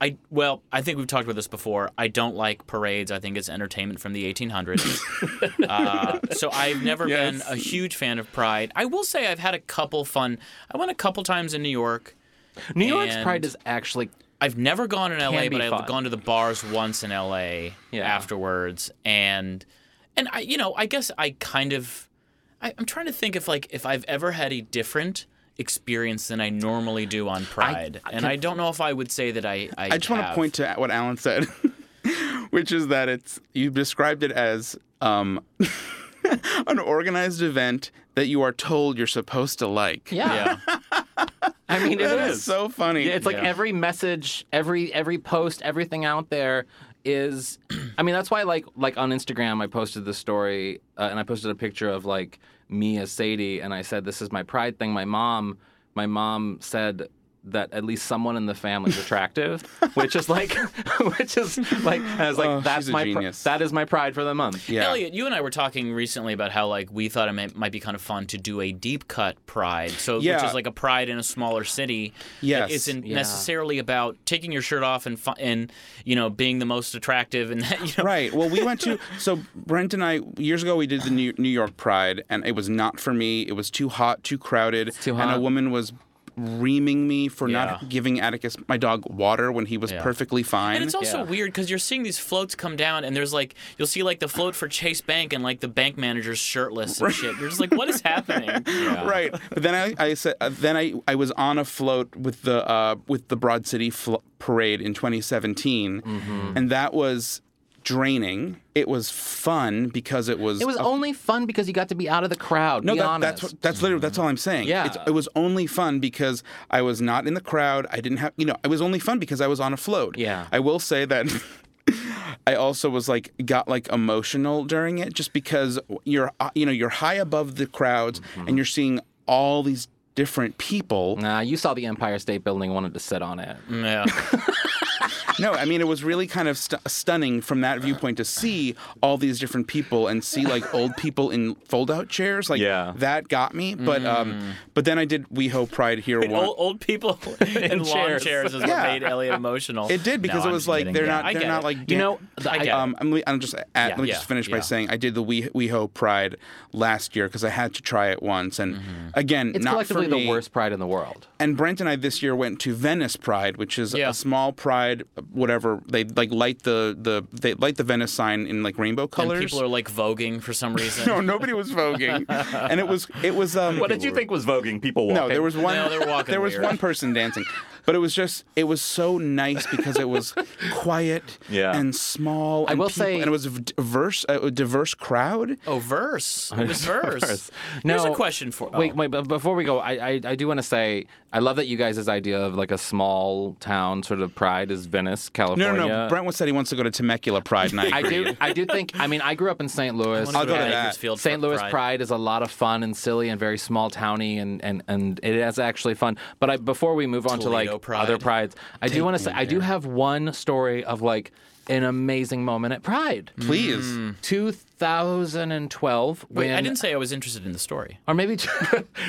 Speaker 3: I well, I think we've talked about this before. I don't like parades. I think it's entertainment from the 1800s. uh, so I've never been a huge fan of Pride. I will say I've had a couple fun. I went a couple times in New York.
Speaker 4: New York's
Speaker 3: And-
Speaker 4: pride is actually
Speaker 3: I've never gone in LA,
Speaker 4: be
Speaker 3: but I've
Speaker 4: fun.
Speaker 3: gone to the bars once in LA
Speaker 4: Yeah.
Speaker 3: afterwards, and and I, you know, I guess I kind of, I, I'm trying to think if like if I've ever had a different experience than I normally do on Pride, and I don't know if I would say that I. I,
Speaker 2: I just want to point to what Alan said, which is that it's you described it as um, an organized event that you are told you're supposed to like.
Speaker 4: yeah.
Speaker 3: Yeah.
Speaker 4: I mean, it
Speaker 2: That is
Speaker 4: is.
Speaker 2: so funny.
Speaker 4: Yeah, it's like every message, every every post, everything out there is. I mean, that's why like like on Instagram, I posted this story uh, and I posted a picture of like me as Sadie, and I said, "This is my pride thing." My mom, my mom said that at least someone in the family is attractive, which is like, which is like, I was like,
Speaker 2: Oh,
Speaker 4: "That's
Speaker 2: she's a
Speaker 4: my pri-
Speaker 2: genius.
Speaker 4: that is my pride for the month."
Speaker 2: Yeah.
Speaker 3: Elliot, you and I were talking recently about how like we thought it might, might be kind of fun to do a deep cut pride, so
Speaker 2: Yeah.
Speaker 3: which is like a pride in a smaller city.
Speaker 2: Yes.
Speaker 3: it isn't necessarily about taking your shirt off and fu- and you know being the most attractive and that, you know.
Speaker 2: Right. Well, we went to so Brent and I years ago we did the New, New York Pride and it was not for me. It was too hot, too crowded,
Speaker 4: too
Speaker 2: and a
Speaker 4: hot.
Speaker 2: woman was reaming me for
Speaker 3: Yeah.
Speaker 2: not giving Atticus my dog water when he was perfectly fine.
Speaker 3: And it's also
Speaker 4: Yeah.
Speaker 3: weird because you're seeing these floats come down, and there's like you'll see like the float for Chase Bank, and like the bank manager's shirtless and shit. You're just like, what is happening?
Speaker 2: right. But then I, I said, uh, then I, I was on a float with the uh, with the Broad City flo- Parade in 2017, and that was draining. It was fun because it was.
Speaker 4: It was
Speaker 2: a-
Speaker 4: only fun because you got to be out of the crowd.
Speaker 2: Oh. no,
Speaker 4: be
Speaker 2: that,
Speaker 4: honest.
Speaker 2: that's what- that's literally that's all I'm saying.
Speaker 4: Yeah.
Speaker 2: It's, it was only fun because I was not in the crowd. I didn't have you know. It was only fun because I was on a float.
Speaker 4: Yeah.
Speaker 2: I will say that. I also was like got like emotional during it just because you're uh, you know you're high above the crowds
Speaker 4: Mm-hmm.
Speaker 2: and you're seeing all these different people.
Speaker 4: Nah, you saw the Empire State Building, wanted to sit on it.
Speaker 2: Mm,
Speaker 3: Mm, Yeah.
Speaker 2: No, I mean it was really kind of st- stunning from that viewpoint to see all these different people and see like old people in fold-out chairs. Like
Speaker 5: Yeah.
Speaker 2: that got me. But
Speaker 4: Mm.
Speaker 2: um, but then I did WeHo Pride here one.
Speaker 3: old, old people in lawn
Speaker 4: chairs.
Speaker 3: chairs is
Speaker 2: Yeah.
Speaker 3: what made Elliot emotional.
Speaker 2: It did because
Speaker 3: No,
Speaker 2: it
Speaker 3: I'm
Speaker 2: was
Speaker 3: just
Speaker 2: like
Speaker 3: kidding.
Speaker 2: they're
Speaker 3: Yeah, I
Speaker 2: not they're
Speaker 3: get
Speaker 2: not
Speaker 3: it.
Speaker 2: like
Speaker 4: You know, the- I get
Speaker 2: um I'm, I'm just at, let me
Speaker 3: Yeah,
Speaker 2: just finish by
Speaker 3: yeah.
Speaker 2: saying I did the we WeHo Pride last year because I had to try it once and
Speaker 3: Mm-hmm.
Speaker 2: again
Speaker 4: It's
Speaker 2: not
Speaker 4: collectively
Speaker 2: for me.
Speaker 4: the worst pride in the world.
Speaker 2: And Brent and I this year went to Venice Pride, which is
Speaker 3: Yeah.
Speaker 2: a small pride, whatever they like light the the they light the Venice sign in like rainbow
Speaker 3: And
Speaker 2: colors.
Speaker 3: people are like voguing for some reason.
Speaker 2: no, nobody was voguing, and it was it was um.
Speaker 5: What did you think was voguing? People walking.
Speaker 2: No, there was one.
Speaker 3: No, they're walking
Speaker 2: there was
Speaker 3: weird.
Speaker 2: one person dancing, but it was just it was so nice because it was quiet
Speaker 5: Yeah.
Speaker 2: and small. I
Speaker 4: will say-
Speaker 2: and it was a diverse, a diverse crowd.
Speaker 3: Oh, verse. It was verse.
Speaker 4: No,
Speaker 3: Here's a question for.
Speaker 4: Wait,
Speaker 3: oh.
Speaker 4: wait, but before we go, I, I, I do want to say I love that you guys' idea of like a small town sort of pride is Venice,
Speaker 2: No,
Speaker 5: Oh,
Speaker 4: California.
Speaker 2: no, no. Brent said he wants to go to Temecula Pride night.
Speaker 4: I do, I do think. I mean, I grew up in St. Louis.
Speaker 3: I wanna
Speaker 2: I'll go to
Speaker 3: to
Speaker 2: that.
Speaker 3: Bakersfield
Speaker 4: St.
Speaker 3: for
Speaker 4: Louis Pride. is a lot of fun and silly and very small towny and and and it is actually fun. But I, before we move on to
Speaker 3: Toledo
Speaker 4: like
Speaker 3: Pride.
Speaker 4: other prides, I do want to say I do have one story of like an amazing moment at Pride.
Speaker 3: Hmm.
Speaker 2: Please.
Speaker 4: Mm. 2012.
Speaker 3: Wait,
Speaker 4: when,
Speaker 3: I didn't say I was interested in the story.
Speaker 4: or maybe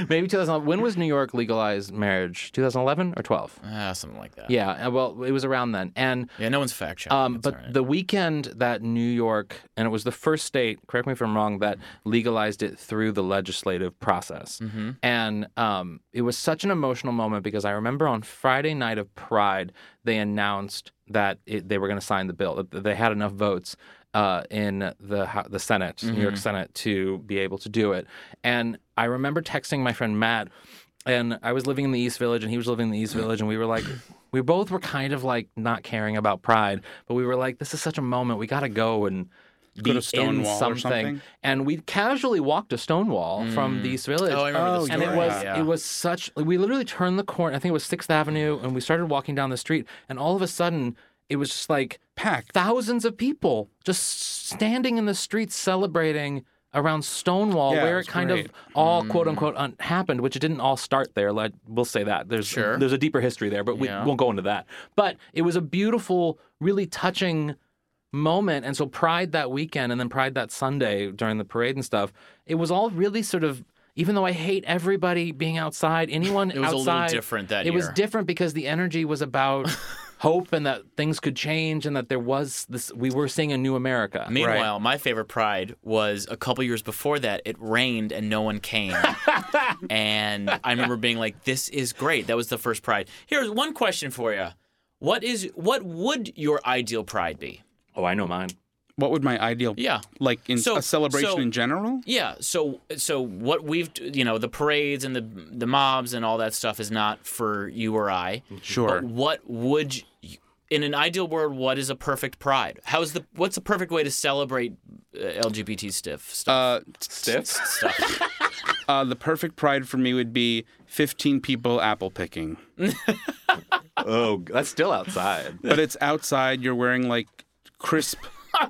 Speaker 4: maybe 2011. When was New York legalized marriage? 2011 or 12?
Speaker 3: Ah, something like that.
Speaker 4: Yeah, uh, well, it was around then. And
Speaker 3: Yeah, no one's fact checking.
Speaker 4: um,
Speaker 3: It's
Speaker 4: but
Speaker 3: all right.
Speaker 4: the weekend that New York, and it was the first state, correct me if I'm wrong, that legalized it through the legislative process. And um, it was such an emotional moment because I remember on Friday night of Pride, they announced that it, they were going to sign the bill, that they had enough votes. Uh, in the Ho- the Senate, New
Speaker 3: Mm-hmm.
Speaker 4: York Senate, to be able to do it, and I remember texting my friend Matt, and I was living in the East Village and he was living in the East Village and we were like we both were kind of like not caring about pride, but we were like, this is such a moment. We gotta go and be
Speaker 2: to
Speaker 4: in
Speaker 2: Stonewall or
Speaker 4: something.
Speaker 2: something?
Speaker 4: And we casually walked to Stonewall from the East Village.
Speaker 3: Oh, I remember this
Speaker 4: and it
Speaker 3: story.
Speaker 4: was
Speaker 3: Yeah.
Speaker 4: it was such we literally turned the corner, I think it was Sixth Avenue, and we started walking down the street, and all of a sudden it was just like
Speaker 2: Packed.
Speaker 4: thousands of people just standing in the streets celebrating around Stonewall,
Speaker 2: Yeah, it
Speaker 4: where
Speaker 2: was
Speaker 4: it kind
Speaker 2: great.
Speaker 4: of all
Speaker 3: Mm.
Speaker 4: quote unquote un- happened, which it didn't all start there. Like we'll say that there's
Speaker 3: Sure.
Speaker 4: there's a deeper history there, but we
Speaker 3: Yeah.
Speaker 4: won't go into that. But it was a beautiful, really touching moment, and so Pride that weekend, and then Pride that Sunday during the parade and stuff. It was all really sort of. Even though I hate everybody being outside, anyone
Speaker 3: It was a little
Speaker 4: outside,
Speaker 3: different that
Speaker 4: it was
Speaker 3: year.
Speaker 4: different because the energy was about hope and that things could change and that there was this. We were seeing a new America.
Speaker 3: Meanwhile, my favorite pride was a couple years before that. It rained and no one came. and I remember being like, "This is great." That was the first pride. Here's one question for you: What is what would your ideal pride be?
Speaker 4: oh, I know mine.
Speaker 2: What would my ideal?
Speaker 3: Yeah.
Speaker 2: Like in
Speaker 3: So-
Speaker 2: a celebration
Speaker 3: so-
Speaker 2: in general.
Speaker 3: Yeah. So so what we've you know the parades and the the mobs and all that stuff is not for you or I.
Speaker 2: Sure.
Speaker 3: But what would you, in an ideal world? What is a perfect pride? How's the what's the perfect way to celebrate uh, LGBT stiff stuff?
Speaker 2: Uh, stiff.
Speaker 3: stuff?
Speaker 2: Uh, the perfect pride for me would be 15 people apple picking.
Speaker 5: Oh,
Speaker 4: That's still outside.
Speaker 2: But it's outside, you're wearing like crisp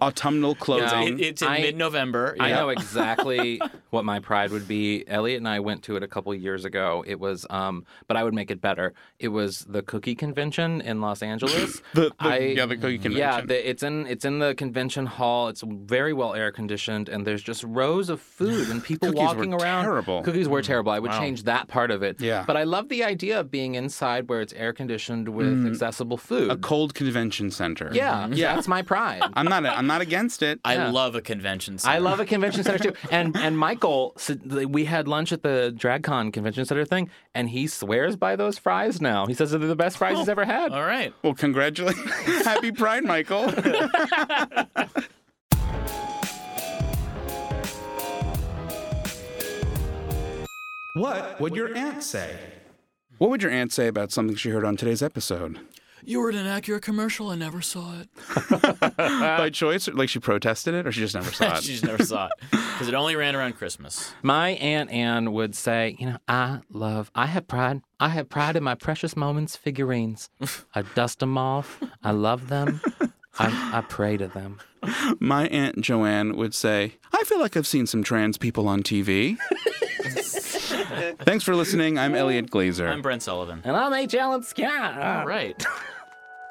Speaker 2: autumnal clothing.
Speaker 3: Uh, It, it's in
Speaker 4: I-
Speaker 3: mid-November.
Speaker 4: I
Speaker 3: yeah.
Speaker 4: know exactly what my pride would be. Elliot and I went to it a couple years ago. It was, um, but I would make it better. It was the cookie convention in Los Angeles.
Speaker 2: The- the-
Speaker 4: I-
Speaker 2: yeah, the cookie
Speaker 4: Yeah,
Speaker 2: convention.
Speaker 4: the, it's in it's in the convention hall. It's very well air conditioned, and there's just rows of food and people
Speaker 2: Cookies were
Speaker 4: walking around.
Speaker 2: terrible. Mm,
Speaker 4: Cookies were terrible. I would change that part of it.
Speaker 2: Yeah.
Speaker 4: but I love the idea of being inside where it's air conditioned with accessible food.
Speaker 2: Mm. a Mm-hmm. cold convention center.
Speaker 4: yeah, yeah, that's my pride.
Speaker 2: I'm not I'm not against it.
Speaker 3: I love a convention center.
Speaker 4: I love a convention center too. And and Michael, s- we had lunch at the DragCon convention center thing, and he swears by those fries now. He says they're the best fries he's
Speaker 2: Oh,
Speaker 4: ever had.
Speaker 3: All right.
Speaker 2: well, congratulations. Happy Pride, Michael. what would your aunt say? What would your aunt say about something she heard on today's episode?
Speaker 3: You were in an accurate commercial. I never saw it.
Speaker 2: By choice, or, like she protested it, or she just never saw it.
Speaker 3: she just never saw it because it only ran around Christmas.
Speaker 4: My aunt Anne would say, you know, I love, I have pride. I have pride in my precious moments figurines. I dust them off. I love them. I, I pray to them.
Speaker 2: My aunt Joanne would say, "I feel like I've seen some trans people on TV." Thanks for listening. I'm Elliot Glazer.
Speaker 3: I'm Brent Sullivan.
Speaker 4: And I'm H. Allen Scott.
Speaker 3: All right.